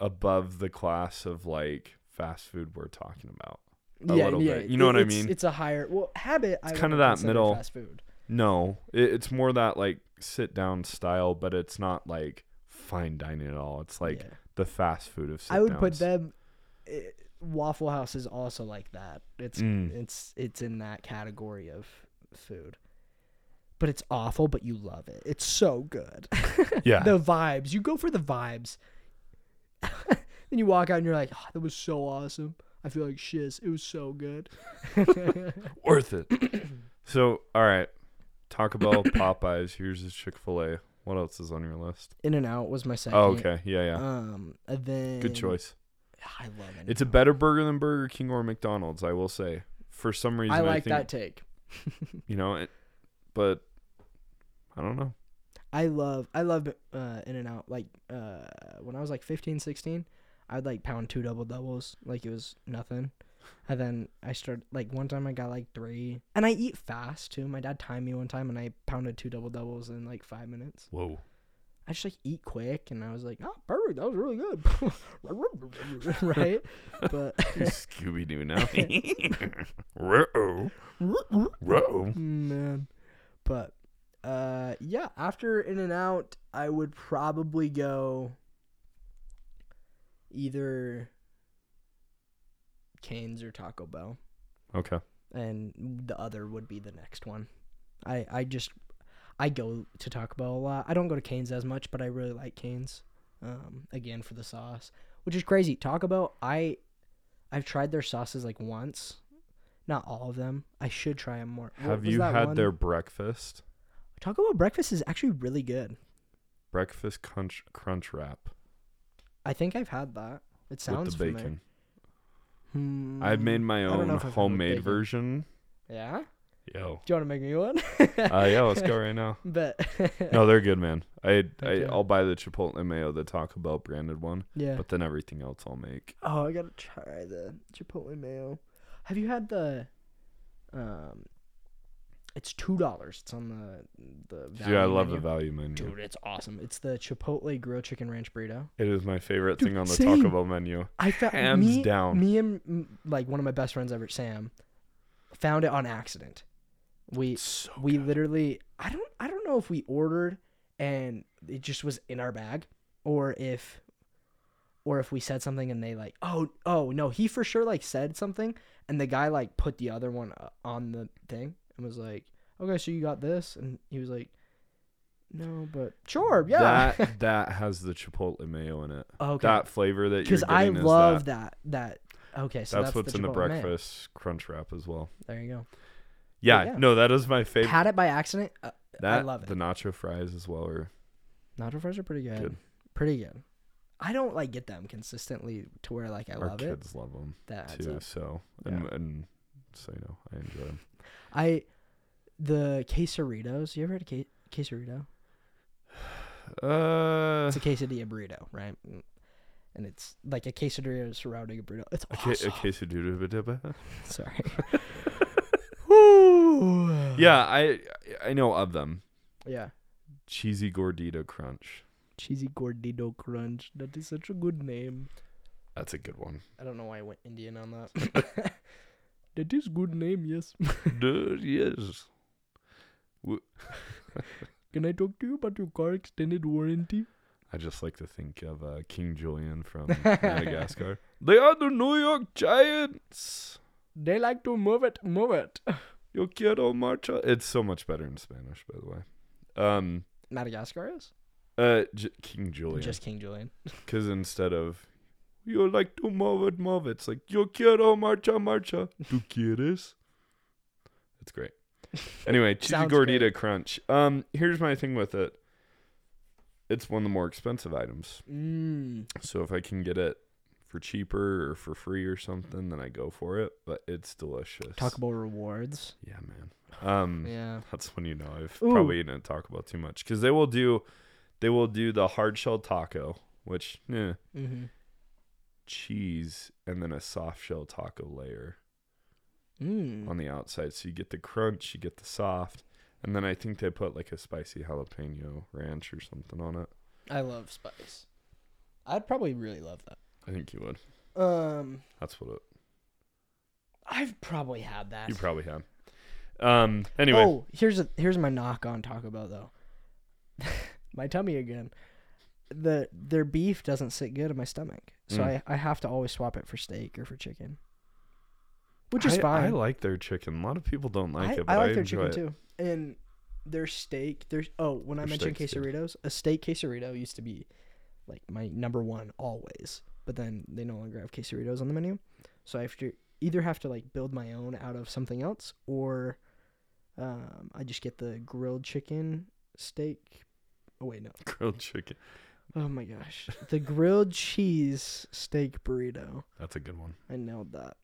[SPEAKER 2] above the class of like fast food we're talking about. A
[SPEAKER 1] yeah,
[SPEAKER 2] little
[SPEAKER 1] yeah.
[SPEAKER 2] bit. Oh, You know what I
[SPEAKER 1] it's-
[SPEAKER 2] mean?
[SPEAKER 1] It's a higher. Well, habit. I
[SPEAKER 2] kinda
[SPEAKER 1] wouldn't
[SPEAKER 2] that
[SPEAKER 1] consider
[SPEAKER 2] middle-
[SPEAKER 1] fast food.
[SPEAKER 2] No, it, it's more that like sit down style, but it's not like fine dining at all. It's like
[SPEAKER 1] Yeah.
[SPEAKER 2] the fast food of sit
[SPEAKER 1] I would put
[SPEAKER 2] downs.
[SPEAKER 1] them. i Waffle House is also like that. It's
[SPEAKER 2] Mm.
[SPEAKER 1] it's it's in that category of food. But it's awful, but you love it. It's so good.
[SPEAKER 2] Yeah.
[SPEAKER 1] the vibes. You go for the vibes. then you walk out and you're like, oh, that was so awesome. I feel like shiz. It was so good.
[SPEAKER 2] Worth it. so, all right. Taco Bell, Popeyes, here's his Chick fil A. What else is on your list?
[SPEAKER 1] In and Out was my second.
[SPEAKER 2] Oh, okay. Yeah, yeah.
[SPEAKER 1] Um, and then
[SPEAKER 2] Good choice.
[SPEAKER 1] I love it.
[SPEAKER 2] It's a better burger than Burger King or McDonald's, I will say. For some reason,
[SPEAKER 1] I
[SPEAKER 2] I,
[SPEAKER 1] like
[SPEAKER 2] think,
[SPEAKER 1] that take.
[SPEAKER 2] You know, it, but I don't know.
[SPEAKER 1] I love I love uh, In and Out. Like uh, when I was like 15, 16, I'd like pound two double doubles like it was nothing. And then I started like one time I got like three, and I eat fast too. My dad timed me one time, and I pounded two double doubles in like five minutes.
[SPEAKER 2] Whoa.
[SPEAKER 1] I just like eat quick, and I was like, oh, perfect, that was really good, right? but
[SPEAKER 2] Scooby Doo now. Ruh-oh. Ruh-oh.
[SPEAKER 1] man, but uh, yeah. After In and Out, I would probably go either Canes or Taco Bell,
[SPEAKER 2] Okay.
[SPEAKER 1] and the other would be the next one. I I just I go to Taco Bell a lot. I don't go to Canes as much, but I really like Canes. Um, again for the sauce, which is crazy. Taco Bell, I I've tried their sauces like once, not all of them. I should try them more. What
[SPEAKER 2] Have
[SPEAKER 1] was
[SPEAKER 2] you
[SPEAKER 1] that
[SPEAKER 2] had
[SPEAKER 1] one?
[SPEAKER 2] their breakfast?
[SPEAKER 1] Taco Bell breakfast is actually really good.
[SPEAKER 2] Breakfast crunch, crunch wrap
[SPEAKER 1] I think I've had that. It sounds
[SPEAKER 2] with the
[SPEAKER 1] familiar.
[SPEAKER 2] bacon.
[SPEAKER 1] Hmm.
[SPEAKER 2] I've made my
[SPEAKER 1] don't
[SPEAKER 2] own
[SPEAKER 1] know if I've had with
[SPEAKER 2] homemade
[SPEAKER 1] bacon.
[SPEAKER 2] version.
[SPEAKER 1] Yeah.
[SPEAKER 2] Yo.
[SPEAKER 1] Do you want to make me one?
[SPEAKER 2] Uh, yeah, let's go right now.
[SPEAKER 1] but
[SPEAKER 2] No, they're good, man. I, I
[SPEAKER 1] Okay.
[SPEAKER 2] I'll buy the Chipotle mayo, the Taco Bell branded one,
[SPEAKER 1] yeah.
[SPEAKER 2] but then everything else I'll make.
[SPEAKER 1] Oh, I gotta try the chipotle mayo. Have you had the? Um, it's two dollars. It's on the the.
[SPEAKER 2] Dude, I
[SPEAKER 1] value
[SPEAKER 2] love the
[SPEAKER 1] menu.
[SPEAKER 2] value menu.
[SPEAKER 1] Dude, it's awesome. It's the chipotle grilled chicken ranch burrito.
[SPEAKER 2] It is my favorite
[SPEAKER 1] Dude,
[SPEAKER 2] thing on the
[SPEAKER 1] same.
[SPEAKER 2] Taco Bell menu.
[SPEAKER 1] I found
[SPEAKER 2] Hands
[SPEAKER 1] me,
[SPEAKER 2] down.
[SPEAKER 1] Me and mm, like one of my best friends ever, Sam, found it on accident. We
[SPEAKER 2] So
[SPEAKER 1] we literally I don't I don't know if we ordered and it just was in our bag or if or if we said something and they like oh oh no he for sure like said something and the guy like put the other one uh, on the thing and was like okay so you got this and he was like no but sure yeah
[SPEAKER 2] That that has the Chipotle mayo in it.
[SPEAKER 1] okay
[SPEAKER 2] That flavor that you're
[SPEAKER 1] because
[SPEAKER 2] getting
[SPEAKER 1] I
[SPEAKER 2] is
[SPEAKER 1] love
[SPEAKER 2] that.
[SPEAKER 1] that that Okay, so
[SPEAKER 2] that's,
[SPEAKER 1] that's,
[SPEAKER 2] what's
[SPEAKER 1] the
[SPEAKER 2] in the
[SPEAKER 1] Chipotle mayo.
[SPEAKER 2] breakfast crunch wrap as well.
[SPEAKER 1] There you go.
[SPEAKER 2] Yeah,
[SPEAKER 1] yeah.
[SPEAKER 2] no, that is my favorite.
[SPEAKER 1] Had it by accident. Uh,
[SPEAKER 2] That
[SPEAKER 1] love it.
[SPEAKER 2] the nacho fries as well are
[SPEAKER 1] nacho fries are pretty good.
[SPEAKER 2] Good.
[SPEAKER 1] Pretty good. I don't like get them consistently to where like I
[SPEAKER 2] our
[SPEAKER 1] love it.
[SPEAKER 2] kids love 'em love them
[SPEAKER 1] That adds
[SPEAKER 2] too.
[SPEAKER 1] up.
[SPEAKER 2] So
[SPEAKER 1] Yeah.
[SPEAKER 2] and and so you know I enjoy them.
[SPEAKER 1] I the quesaritos. You ever had a que- quesarito?
[SPEAKER 2] Uh,
[SPEAKER 1] It's a quesadilla burrito, right? Mm. And it's like a quesadilla surrounding a burrito. It's
[SPEAKER 2] a
[SPEAKER 1] awesome.
[SPEAKER 2] quesadilla.
[SPEAKER 1] Sorry. Woo.
[SPEAKER 2] Yeah, I I know of them.
[SPEAKER 1] Yeah.
[SPEAKER 2] Cheesy gordita crunch.
[SPEAKER 1] Cheesy gordito crunch. That is such a good name.
[SPEAKER 2] That's a good one.
[SPEAKER 1] I don't know why I went Indian on that. that is good name, yes.
[SPEAKER 2] Dude, yes.
[SPEAKER 1] Can I talk to you about your car extended warranty?
[SPEAKER 2] I just like to think of uh, King Julian from Madagascar. They are the New York Giants.
[SPEAKER 1] They like to move it, move it.
[SPEAKER 2] Yo quiero marcha. It's so much better in Spanish, by the way. Um,
[SPEAKER 1] Madagascar is?
[SPEAKER 2] uh, J- King Julian.
[SPEAKER 1] Just King Julian.
[SPEAKER 2] Because instead of you like to move it, move it, it's like yo quiero marcha, marcha. Tu quieres? It's great. Anyway, cheesy
[SPEAKER 1] Sounds
[SPEAKER 2] gordita
[SPEAKER 1] great.
[SPEAKER 2] crunch. Um, here's my thing with it. It's one of the more expensive items.
[SPEAKER 1] Mm.
[SPEAKER 2] So if I can get it for cheaper or for free or something, then I go for it. But it's delicious.
[SPEAKER 1] Talk about rewards.
[SPEAKER 2] yeah, man. Um,
[SPEAKER 1] Yeah.
[SPEAKER 2] that's when you know I've
[SPEAKER 1] Ooh.
[SPEAKER 2] probably eaten at Taco Bell too much because they will do, they will do the hard shell taco, which eh,
[SPEAKER 1] Mm-hmm.
[SPEAKER 2] cheese and then a soft shell taco layer
[SPEAKER 1] Mm.
[SPEAKER 2] on the outside. So you get the crunch, you get the soft, and then I think they put like a spicy jalapeno ranch or something on it.
[SPEAKER 1] I love spice. I'd probably really love that.
[SPEAKER 2] I think you would.
[SPEAKER 1] Um,
[SPEAKER 2] That's what it,
[SPEAKER 1] I've probably had that.
[SPEAKER 2] you probably have. Um. Anyway,
[SPEAKER 1] Oh, here's a here's my knock on Taco Bell though. my tummy again. The their beef doesn't sit good in my stomach, so
[SPEAKER 2] Mm.
[SPEAKER 1] I, I have to always swap it for steak or for chicken, which is
[SPEAKER 2] I,
[SPEAKER 1] fine.
[SPEAKER 2] I like their chicken. A lot of people don't like
[SPEAKER 1] I,
[SPEAKER 2] it, but
[SPEAKER 1] I
[SPEAKER 2] I,
[SPEAKER 1] like their
[SPEAKER 2] enjoy
[SPEAKER 1] chicken
[SPEAKER 2] it.
[SPEAKER 1] too, and their steak. There's oh, when I
[SPEAKER 2] Their
[SPEAKER 1] mentioned
[SPEAKER 2] steak's good.
[SPEAKER 1] quesaritos, a steak quesarito used to be like my number one always, but then they no longer have quesaritos on the menu, so I have to either have to like build my own out of something else, or um, I just get the grilled chicken steak. Oh wait, no.
[SPEAKER 2] Grilled chicken.
[SPEAKER 1] Oh my gosh, the grilled cheese steak burrito.
[SPEAKER 2] That's a good one.
[SPEAKER 1] I nailed that.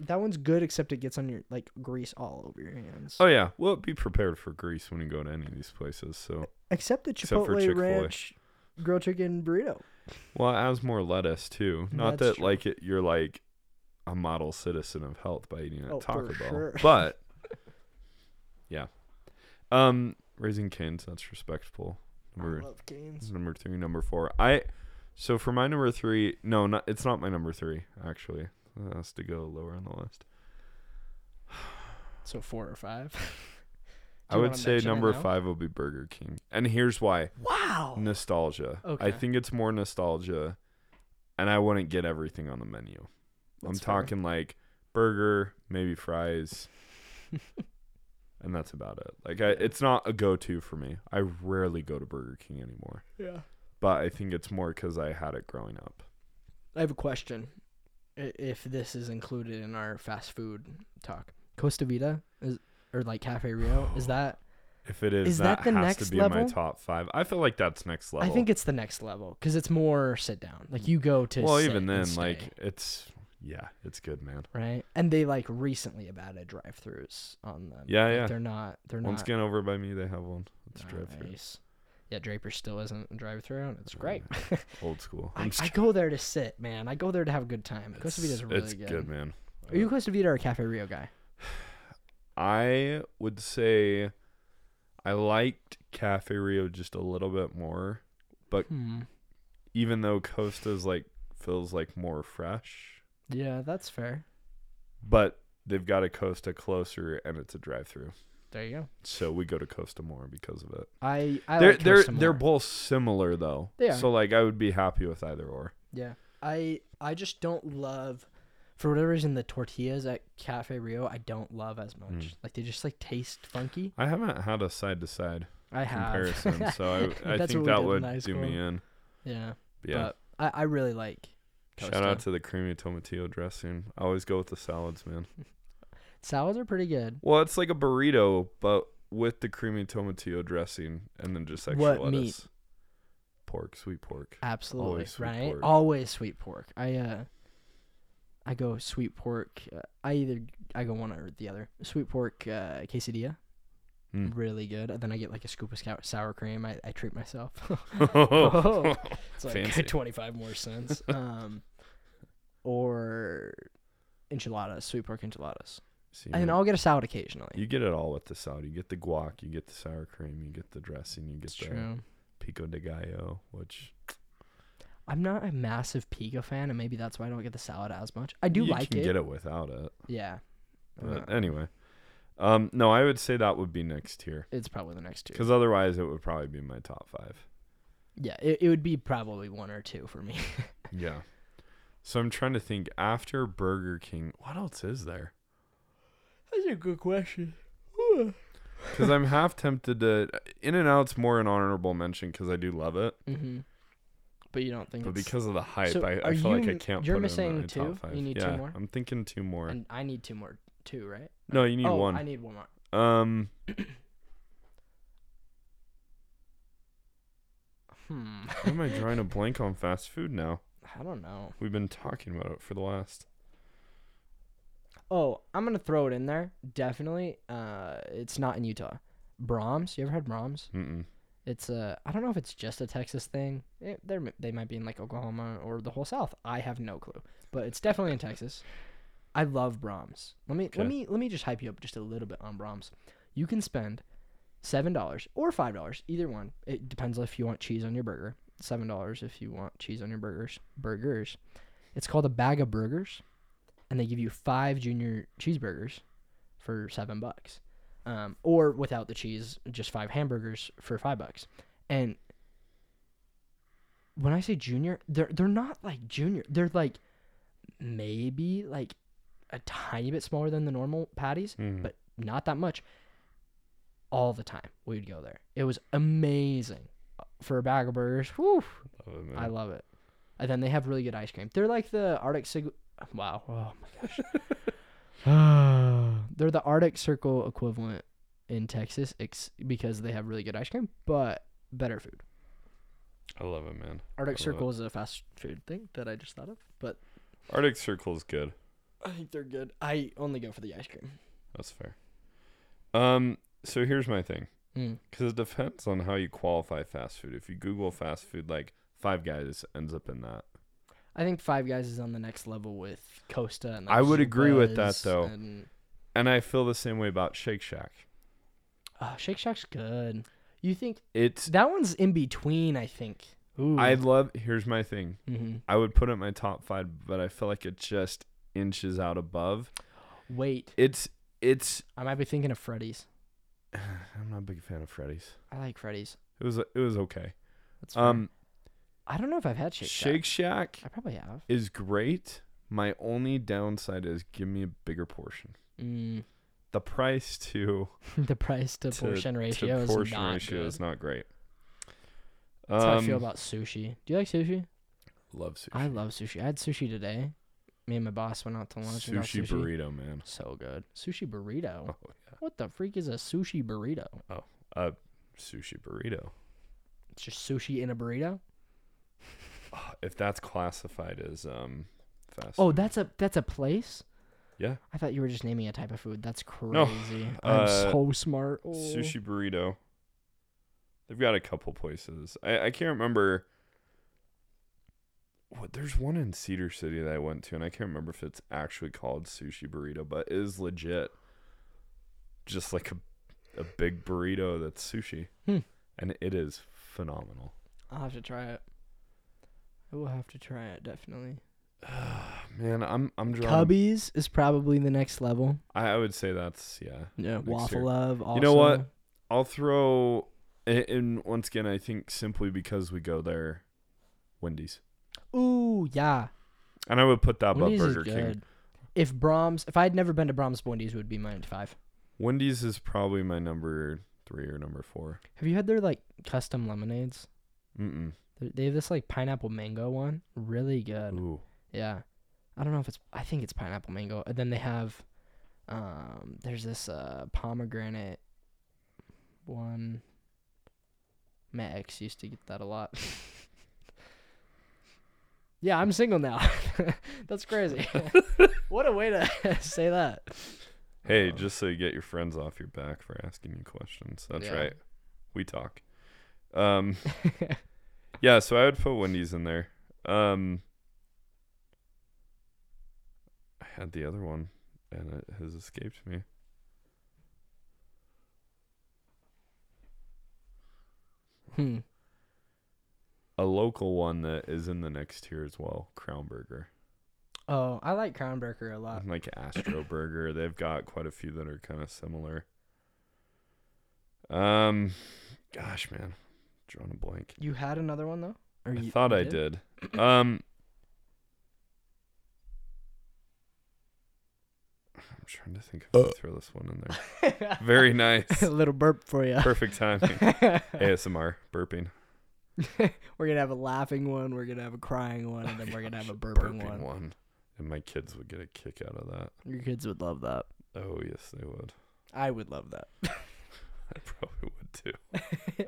[SPEAKER 1] That one's good, except it gets on your like grease all over your hands.
[SPEAKER 2] Oh yeah. Well, be prepared for grease when you go to any of these places. So,
[SPEAKER 1] Except the
[SPEAKER 2] Except for
[SPEAKER 1] Chipotle
[SPEAKER 2] Chick-fil-A.
[SPEAKER 1] Ranch grilled chicken burrito.
[SPEAKER 2] well, it adds more lettuce too. Not
[SPEAKER 1] Mm, That's
[SPEAKER 2] that like it, you're like a model citizen of health by eating at
[SPEAKER 1] Oh,
[SPEAKER 2] Taco
[SPEAKER 1] for
[SPEAKER 2] Bell,
[SPEAKER 1] sure.
[SPEAKER 2] but yeah. Um, raising canes. That's respectful. Number
[SPEAKER 1] I love canes.
[SPEAKER 2] number three, number four. I. So for my number three, no, not it's not my number three actually. It has to go lower on the list.
[SPEAKER 1] So four or five.
[SPEAKER 2] I
[SPEAKER 1] you
[SPEAKER 2] would
[SPEAKER 1] wanna
[SPEAKER 2] say
[SPEAKER 1] mention it
[SPEAKER 2] number
[SPEAKER 1] now?
[SPEAKER 2] five will be Burger King, and here's why.
[SPEAKER 1] Wow.
[SPEAKER 2] nostalgia. I
[SPEAKER 1] Okay.
[SPEAKER 2] think it's more nostalgia, and I wouldn't get everything on the menu. I'm
[SPEAKER 1] That's fair.
[SPEAKER 2] talking like burger, maybe fries, and that's about it. Like I, it's not a go-to for me. I rarely go to Burger King anymore,
[SPEAKER 1] Yeah.
[SPEAKER 2] but I think it's more because I had it growing up.
[SPEAKER 1] I have a question. I- If this is included in our fast food talk, Costa Vida is or like Cafe Rio is that?
[SPEAKER 2] If it is,
[SPEAKER 1] Is that
[SPEAKER 2] that,
[SPEAKER 1] the
[SPEAKER 2] has
[SPEAKER 1] next
[SPEAKER 2] to be in my
[SPEAKER 1] level?
[SPEAKER 2] top five. I feel like that's next level.
[SPEAKER 1] I think it's the next level because it's more sit down. Like you go to
[SPEAKER 2] well,
[SPEAKER 1] sit
[SPEAKER 2] even
[SPEAKER 1] and
[SPEAKER 2] then,
[SPEAKER 1] stay,
[SPEAKER 2] like it's yeah, it's good, man.
[SPEAKER 1] right, and they like recently added drive-throughs on them.
[SPEAKER 2] Yeah,
[SPEAKER 1] Like,
[SPEAKER 2] yeah.
[SPEAKER 1] They're not. They're
[SPEAKER 2] Once
[SPEAKER 1] not.
[SPEAKER 2] again, over by me, they have one. It's drive through,
[SPEAKER 1] Nice. Yeah, Draper still isn't a drive-through, and it's
[SPEAKER 2] Oh,
[SPEAKER 1] great.
[SPEAKER 2] old school.
[SPEAKER 1] I,
[SPEAKER 2] I'm
[SPEAKER 1] I
[SPEAKER 2] just
[SPEAKER 1] go there to sit, man. I go there to have a good time. Costa Vita's really
[SPEAKER 2] it's
[SPEAKER 1] good.
[SPEAKER 2] man.
[SPEAKER 1] Are you a Costa Vita or a Cafe Rio guy?
[SPEAKER 2] I would say I liked Cafe Rio just a little bit more,
[SPEAKER 1] Hmm.
[SPEAKER 2] even though Costa's like feels like more fresh.
[SPEAKER 1] Yeah, that's fair.
[SPEAKER 2] But they've got a Costa closer, and it's a drive-through,
[SPEAKER 1] There you go.
[SPEAKER 2] so we go to Costa more because of it.
[SPEAKER 1] I I
[SPEAKER 2] they're
[SPEAKER 1] like
[SPEAKER 2] they're
[SPEAKER 1] Costa
[SPEAKER 2] they're
[SPEAKER 1] more.
[SPEAKER 2] both similar though.
[SPEAKER 1] They are.
[SPEAKER 2] So like I would be happy with either or.
[SPEAKER 1] yeah. I I just don't love, for whatever reason, the tortillas at Cafe Rio. I don't love as much.
[SPEAKER 2] Mm.
[SPEAKER 1] Like they just like taste funky.
[SPEAKER 2] I haven't had a side to side
[SPEAKER 1] I have
[SPEAKER 2] comparison, so I I
[SPEAKER 1] That's what we did
[SPEAKER 2] think that
[SPEAKER 1] in
[SPEAKER 2] would
[SPEAKER 1] high
[SPEAKER 2] do me
[SPEAKER 1] school.
[SPEAKER 2] in.
[SPEAKER 1] yeah,
[SPEAKER 2] But yeah,
[SPEAKER 1] but I I really like
[SPEAKER 2] Shout out to the creamy tomatillo dressing. I always go with the salads, man.
[SPEAKER 1] salads are pretty good.
[SPEAKER 2] Well, it's like a burrito, but with the creamy tomatillo dressing and then just extra
[SPEAKER 1] What meat?
[SPEAKER 2] lettuce. Pork, sweet pork.
[SPEAKER 1] Absolutely,
[SPEAKER 2] Always sweet
[SPEAKER 1] right?
[SPEAKER 2] pork.
[SPEAKER 1] Always sweet pork. I uh, I go sweet pork. Uh, I either I go one or the other. Sweet pork uh, quesadilla,
[SPEAKER 2] Mm.
[SPEAKER 1] really good. And then I get like a scoop of scour- sour cream. I, I treat myself.
[SPEAKER 2] Oh.
[SPEAKER 1] it's like
[SPEAKER 2] Fancy.
[SPEAKER 1] twenty five more cents. um, or enchiladas, sweet pork enchiladas,
[SPEAKER 2] See,
[SPEAKER 1] and
[SPEAKER 2] man,
[SPEAKER 1] I'll get a salad occasionally.
[SPEAKER 2] you get it all with the salad. You get the guac, you get the sour cream, you get the dressing, you get
[SPEAKER 1] it's
[SPEAKER 2] the
[SPEAKER 1] true.
[SPEAKER 2] pico de gallo, which
[SPEAKER 1] I'm not a massive pico fan, and maybe that's why I don't get the salad as much. I do
[SPEAKER 2] you
[SPEAKER 1] like
[SPEAKER 2] can
[SPEAKER 1] it. Uh-huh.
[SPEAKER 2] get Uh, it without it.
[SPEAKER 1] Yeah. Uh, I'm
[SPEAKER 2] But
[SPEAKER 1] not-
[SPEAKER 2] anyway, um, no, I would say that would be next tier
[SPEAKER 1] It's probably the next two.
[SPEAKER 2] because otherwise it would probably be my top five.
[SPEAKER 1] Yeah, it, it would be probably one or two for me.
[SPEAKER 2] Yeah. So I'm trying to think after Burger King, what else is there?
[SPEAKER 1] That's a good question.
[SPEAKER 2] Because I'm half tempted to In and Out's more an honorable mention because I do love it,
[SPEAKER 1] hmm But you don't think
[SPEAKER 2] but
[SPEAKER 1] it's,
[SPEAKER 2] because of the hype,
[SPEAKER 1] So
[SPEAKER 2] I,
[SPEAKER 1] are
[SPEAKER 2] I feel like
[SPEAKER 1] you-
[SPEAKER 2] I can't.
[SPEAKER 1] you're
[SPEAKER 2] put it
[SPEAKER 1] missing
[SPEAKER 2] in my
[SPEAKER 1] two?
[SPEAKER 2] Top five.
[SPEAKER 1] You need two
[SPEAKER 2] yeah,
[SPEAKER 1] more?
[SPEAKER 2] I'm thinking two more.
[SPEAKER 1] and I need two more two, right?
[SPEAKER 2] no, you need
[SPEAKER 1] oh,
[SPEAKER 2] one.
[SPEAKER 1] I need one more.
[SPEAKER 2] Um,
[SPEAKER 1] Hmm.
[SPEAKER 2] why am I drawing a blank on fast food now?
[SPEAKER 1] I don't know.
[SPEAKER 2] We've been talking about it for the last.
[SPEAKER 1] Oh, I'm gonna throw it in there. Definitely. Uh it's not in Utah. Brahms. You ever had Brahms?
[SPEAKER 2] Mm-mm.
[SPEAKER 1] It's uh I don't know if it's just a Texas thing. It, they're they might be in like Oklahoma or the whole South. I have no clue, but it's definitely in Texas. I love Brahms. Let me
[SPEAKER 2] Okay.
[SPEAKER 1] let me let me just hype you up just a little bit on Brahms. You can spend seven dollars or five dollars, either one. It depends if you want cheese on your burger. Seven dollars if you want cheese on your burgers. Burgers. It's called a bag of burgers, and they give you five junior cheeseburgers for seven bucks, um, or without the cheese, just five hamburgers for five bucks. And when I say junior, they're they're not like junior. They're like maybe like a tiny bit smaller than the normal patties,
[SPEAKER 2] Mhm.
[SPEAKER 1] but not that much. All the time we would go there. It was amazing for a bag of burgers. Whew,
[SPEAKER 2] Love it, man.
[SPEAKER 1] I love it. And then they have really good ice cream. They're like the Arctic Sig. Wow. Oh my gosh. They're the Arctic Circle equivalent in Texas ex- because they have really good ice cream, but better food.
[SPEAKER 2] I love it, man.
[SPEAKER 1] Arctic
[SPEAKER 2] I love
[SPEAKER 1] Circle is a fast food thing that I just thought of, but
[SPEAKER 2] Arctic Circle is good.
[SPEAKER 1] I think they're good. I only go for the ice cream.
[SPEAKER 2] That's fair. Um, so here's my thing.
[SPEAKER 1] Mm.
[SPEAKER 2] Because it depends on how you qualify fast food. If you Google fast food, like Five Guys ends up in that.
[SPEAKER 1] I think Five Guys is on the next level with Costa. And
[SPEAKER 2] I would agree with that,
[SPEAKER 1] Zuppa's
[SPEAKER 2] though.
[SPEAKER 1] And
[SPEAKER 2] And I feel the same way about Shake Shack.
[SPEAKER 1] Oh, Shake Shack's good. You think
[SPEAKER 2] It's
[SPEAKER 1] that one's in between? I think. Ooh.
[SPEAKER 2] I love. Here's my thing.
[SPEAKER 1] Mhm.
[SPEAKER 2] I would put it in my top five, but I feel like it just inches out above.
[SPEAKER 1] Wait,
[SPEAKER 2] It's it's.
[SPEAKER 1] I might be thinking of Freddy's.
[SPEAKER 2] I'm not a big fan of Freddy's.
[SPEAKER 1] I like Freddy's.
[SPEAKER 2] It was it was okay.
[SPEAKER 1] That's fair.
[SPEAKER 2] Um,
[SPEAKER 1] I don't know if I've had Shake Shack.
[SPEAKER 2] Shake Shack
[SPEAKER 1] I probably have.
[SPEAKER 2] is great. My only downside is give me a bigger portion.
[SPEAKER 1] Mm,
[SPEAKER 2] The price too.
[SPEAKER 1] the price to,
[SPEAKER 2] to-
[SPEAKER 1] portion ratio
[SPEAKER 2] to portion
[SPEAKER 1] is not
[SPEAKER 2] ratio
[SPEAKER 1] good.
[SPEAKER 2] is not great.
[SPEAKER 1] That's how I feel
[SPEAKER 2] Um,
[SPEAKER 1] about sushi. Do you like sushi?
[SPEAKER 2] Love sushi.
[SPEAKER 1] I love sushi. I had sushi today. Me and my boss went out to lunch. and got
[SPEAKER 2] sushi,
[SPEAKER 1] sushi
[SPEAKER 2] burrito, man.
[SPEAKER 1] So good. Sushi burrito.
[SPEAKER 2] Oh, yeah.
[SPEAKER 1] What the freak is a sushi burrito?
[SPEAKER 2] Sushi burrito.
[SPEAKER 1] It's just sushi in a burrito.
[SPEAKER 2] Ah, If that's classified as um fast.
[SPEAKER 1] Oh,
[SPEAKER 2] food.
[SPEAKER 1] that's a that's a place.
[SPEAKER 2] Yeah.
[SPEAKER 1] I thought you were just naming a type of food. That's crazy.
[SPEAKER 2] No,
[SPEAKER 1] I'm
[SPEAKER 2] uh,
[SPEAKER 1] so smart. Oh.
[SPEAKER 2] sushi burrito. They've got a couple places. I I can't remember. What there's one in Cedar City that I went to, and I can't remember if it's actually called sushi burrito, but it is legit. Just like a a big burrito that's sushi,
[SPEAKER 1] Hmm.
[SPEAKER 2] and it is phenomenal.
[SPEAKER 1] I'll have to try it. I will have to try it definitely.
[SPEAKER 2] Man, I'm I'm drawing.
[SPEAKER 1] Cubbies is probably the next level.
[SPEAKER 2] I, I would say that's yeah.
[SPEAKER 1] Yeah,
[SPEAKER 2] Next
[SPEAKER 1] waffle
[SPEAKER 2] year.
[SPEAKER 1] love. Also.
[SPEAKER 2] You know what? I'll throw a- and once again I think simply because we go there Wendy's.
[SPEAKER 1] Ooh yeah,
[SPEAKER 2] And I would put that above
[SPEAKER 1] Wendy's is
[SPEAKER 2] Burger
[SPEAKER 1] good.
[SPEAKER 2] King.
[SPEAKER 1] If Brahms, if I had never been to Brahms, Wendy's would be mine five.
[SPEAKER 2] Wendy's is probably my number 3 or number 4.
[SPEAKER 1] Have you had their like custom lemonades?
[SPEAKER 2] Mm.
[SPEAKER 1] They- They have this like pineapple mango one, really good.
[SPEAKER 2] Ooh.
[SPEAKER 1] Yeah. I don't know if it's I think it's pineapple mango. And then they have um there's this uh pomegranate one. My ex used to get that a lot. yeah, I'm single now. That's crazy. what a way to say that.
[SPEAKER 2] Hey,
[SPEAKER 1] Um,
[SPEAKER 2] just so you get your friends off your back for asking you questions. That's
[SPEAKER 1] Yeah.
[SPEAKER 2] right. We talk. Um, yeah, so I would put Wendy's in there. Um, I had the other one, and it has escaped me.
[SPEAKER 1] hmm.
[SPEAKER 2] A local one that is in the next tier as well, Crown Burger.
[SPEAKER 1] Oh, I like Crown Burger a lot.
[SPEAKER 2] like Astro Burger. They've got quite a few that are kind of similar. Um, gosh, man, drawing a blank.
[SPEAKER 1] You had another one though? Or
[SPEAKER 2] I
[SPEAKER 1] you-
[SPEAKER 2] thought
[SPEAKER 1] you
[SPEAKER 2] I did. Um, I'm trying to think if I throw this one in there. Very nice,
[SPEAKER 1] a little burp for you.
[SPEAKER 2] perfect timing. ASMR burping.
[SPEAKER 1] we're gonna have a laughing one. We're gonna have a crying one, and then we're gonna have a
[SPEAKER 2] Gosh,
[SPEAKER 1] burping, one.
[SPEAKER 2] and my kids would get a kick out of that.
[SPEAKER 1] Your kids would love that.
[SPEAKER 2] Oh yes, they would.
[SPEAKER 1] I would love that.
[SPEAKER 2] I probably would too.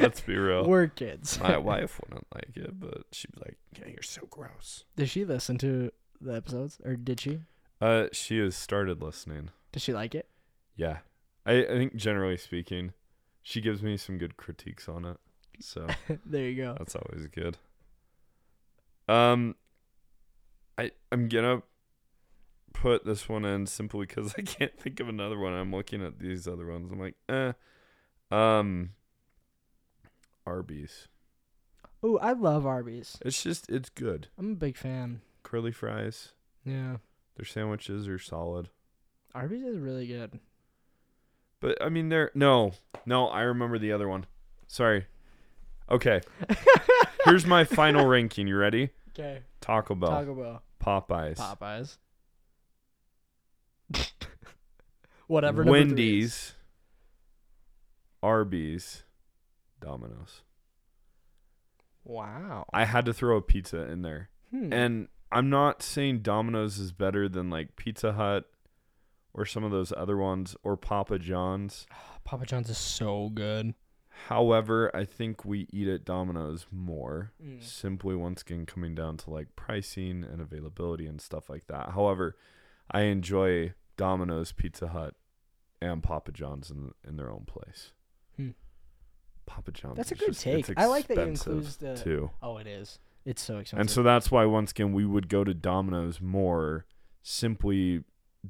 [SPEAKER 2] Let's be real.
[SPEAKER 1] We're kids.
[SPEAKER 2] My wife wouldn't like it, but she'd be like, "Yeah, you're so gross."
[SPEAKER 1] Did she listen to the episodes, or did she?
[SPEAKER 2] Uh, she has started listening.
[SPEAKER 1] Did she like it?
[SPEAKER 2] Yeah, I, I think generally speaking, she gives me some good critiques on it, so
[SPEAKER 1] there you go.
[SPEAKER 2] that's always good. Um, I I'm gonna put this one in simply because I can't think of another one. I'm looking at these other ones. I'm like, eh. Um, Arby's. Uh,
[SPEAKER 1] Oh, I love Arby's.
[SPEAKER 2] It's just it's good.
[SPEAKER 1] I'm a big fan.
[SPEAKER 2] Curly fries.
[SPEAKER 1] Yeah,
[SPEAKER 2] Their sandwiches are solid.
[SPEAKER 1] Arby's is really good.
[SPEAKER 2] But I mean, they're no, no. I remember the other one. Sorry. Okay. Here's my final ranking. You ready?
[SPEAKER 1] Okay,
[SPEAKER 2] Taco Bell,
[SPEAKER 1] Taco Bell,
[SPEAKER 2] Popeyes,
[SPEAKER 1] Popeyes, whatever. number three is.
[SPEAKER 2] Wendy's, Arby's, Domino's.
[SPEAKER 1] Wow.
[SPEAKER 2] I had to throw a pizza in there,
[SPEAKER 1] Hmm.
[SPEAKER 2] and I'm not saying Domino's is better than like Pizza Hut or some of those other ones or Papa John's.
[SPEAKER 1] Ah, Papa John's is so good.
[SPEAKER 2] However, I think we eat at Domino's more.
[SPEAKER 1] Mm.
[SPEAKER 2] simply once again coming down to like pricing and availability and stuff like that. However, I enjoy Domino's, Pizza Hut, and Papa John's in, in their own place.
[SPEAKER 1] Hmm.
[SPEAKER 2] Papa John's.
[SPEAKER 1] That's a
[SPEAKER 2] is
[SPEAKER 1] good
[SPEAKER 2] just- it's
[SPEAKER 1] take. I like that you
[SPEAKER 2] expensive
[SPEAKER 1] includes the-
[SPEAKER 2] too.
[SPEAKER 1] Oh, it is. It's so expensive.
[SPEAKER 2] And so that's why once again we would go to Domino's more simply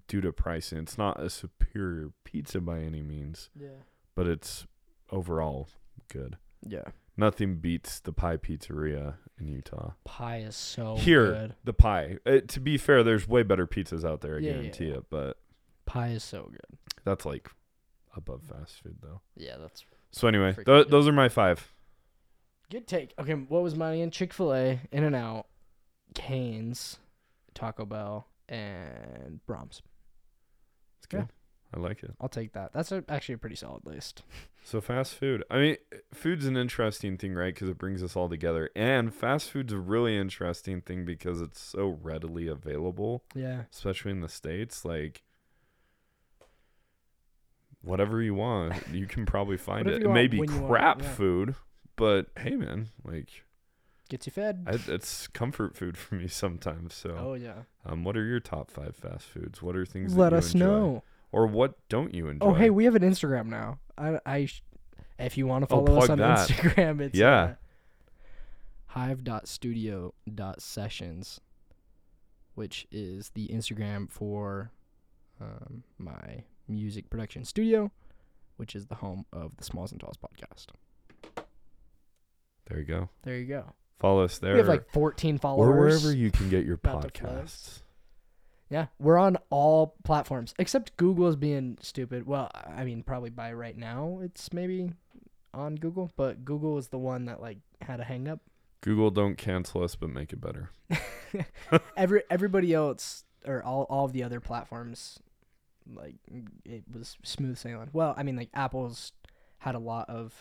[SPEAKER 2] due to pricing. It's not a superior pizza by any means,
[SPEAKER 1] yeah.
[SPEAKER 2] but it's overall good.
[SPEAKER 1] Yeah.
[SPEAKER 2] Nothing beats the Pie Pizzeria in Utah.
[SPEAKER 1] Pie is so
[SPEAKER 2] here
[SPEAKER 1] good.
[SPEAKER 2] the pie. Uh, to be fair, there's way better pizzas out there. I
[SPEAKER 1] Yeah, yeah,
[SPEAKER 2] guarantee
[SPEAKER 1] yeah.
[SPEAKER 2] it, but
[SPEAKER 1] Pie is so good.
[SPEAKER 2] that's like above fast food though.
[SPEAKER 1] Yeah, that's
[SPEAKER 2] So anyway,
[SPEAKER 1] Freaking
[SPEAKER 2] tho-
[SPEAKER 1] good.
[SPEAKER 2] those are my five.
[SPEAKER 1] good take. Okay, what was mine again? Chick Fil A, In and Out, Canes, Taco Bell, and Brahms.
[SPEAKER 2] It's good. I like it.
[SPEAKER 1] I'll take that. That's a, actually a pretty solid list.
[SPEAKER 2] So fast food. I mean, food's an interesting thing, right? Because it brings us all together. And fast food's a really interesting thing because it's so readily available,
[SPEAKER 1] Yeah.
[SPEAKER 2] especially in the states. Like. Whatever you want, you can probably find
[SPEAKER 1] Whatever
[SPEAKER 2] it.
[SPEAKER 1] you
[SPEAKER 2] It may
[SPEAKER 1] want,
[SPEAKER 2] be
[SPEAKER 1] when you want it,
[SPEAKER 2] crap
[SPEAKER 1] yeah.
[SPEAKER 2] food, but hey, man, like
[SPEAKER 1] Gets you fed.
[SPEAKER 2] I, it's comfort food for me sometimes. So,
[SPEAKER 1] oh yeah.
[SPEAKER 2] um, what are your top five fast foods? What are things?
[SPEAKER 1] Let
[SPEAKER 2] that you
[SPEAKER 1] us
[SPEAKER 2] enjoy?
[SPEAKER 1] know.
[SPEAKER 2] Or what don't you enjoy?
[SPEAKER 1] Oh hey, we have an Instagram now. I I sh- if you want to
[SPEAKER 2] Oh,
[SPEAKER 1] follow us on
[SPEAKER 2] plug that.
[SPEAKER 1] Instagram, it's
[SPEAKER 2] Yeah.
[SPEAKER 1] uh, hive.studio.sessions which is the Instagram for um, my music production studio, which is the home of the Smalls and Talls podcast.
[SPEAKER 2] There you go.
[SPEAKER 1] There you go.
[SPEAKER 2] Follow us there.
[SPEAKER 1] we have like 14
[SPEAKER 2] or
[SPEAKER 1] followers.
[SPEAKER 2] wherever you can get your
[SPEAKER 1] About to close.
[SPEAKER 2] podcasts.
[SPEAKER 1] Yeah, we're on all platforms except Google's being stupid. Well, I mean, probably by right now it's maybe on Google, but Google is the one that like had a hang up.
[SPEAKER 2] Google don't cancel us, but make it better.
[SPEAKER 1] Every everybody else or all all of the other platforms, like it was smooth sailing. Well, I mean, like Apple's had a lot of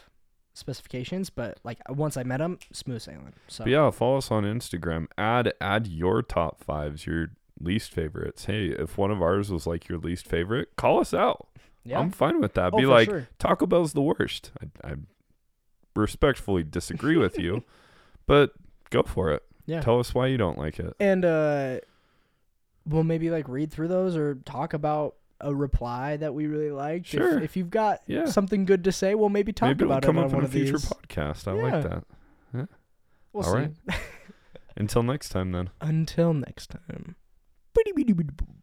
[SPEAKER 1] specifications, but like once I met him, smooth sailing. So
[SPEAKER 2] But yeah, follow us on Instagram. Add add your top fives, your least favorites. Hey, if one of ours was like your least favorite, call us out.
[SPEAKER 1] yeah.
[SPEAKER 2] I'm fine with that.
[SPEAKER 1] Oh,
[SPEAKER 2] Be
[SPEAKER 1] for
[SPEAKER 2] like
[SPEAKER 1] sure.
[SPEAKER 2] Taco Bell's the worst. I, I respectfully disagree with you, but go for it.
[SPEAKER 1] Yeah.
[SPEAKER 2] Tell us why you don't like it.
[SPEAKER 1] and uh, we'll maybe like read through those or talk about a reply that we really liked. If-
[SPEAKER 2] Sure.
[SPEAKER 1] If, you've got
[SPEAKER 2] Yeah.
[SPEAKER 1] something good to say, we'll maybe talk
[SPEAKER 2] Maybe it'll
[SPEAKER 1] about
[SPEAKER 2] come
[SPEAKER 1] it on
[SPEAKER 2] up
[SPEAKER 1] one
[SPEAKER 2] in a
[SPEAKER 1] of
[SPEAKER 2] future
[SPEAKER 1] these.
[SPEAKER 2] podcast. I
[SPEAKER 1] Yeah.
[SPEAKER 2] like that.
[SPEAKER 1] we'll
[SPEAKER 2] All
[SPEAKER 1] see.
[SPEAKER 2] right. Until next time, then.
[SPEAKER 1] Until next time.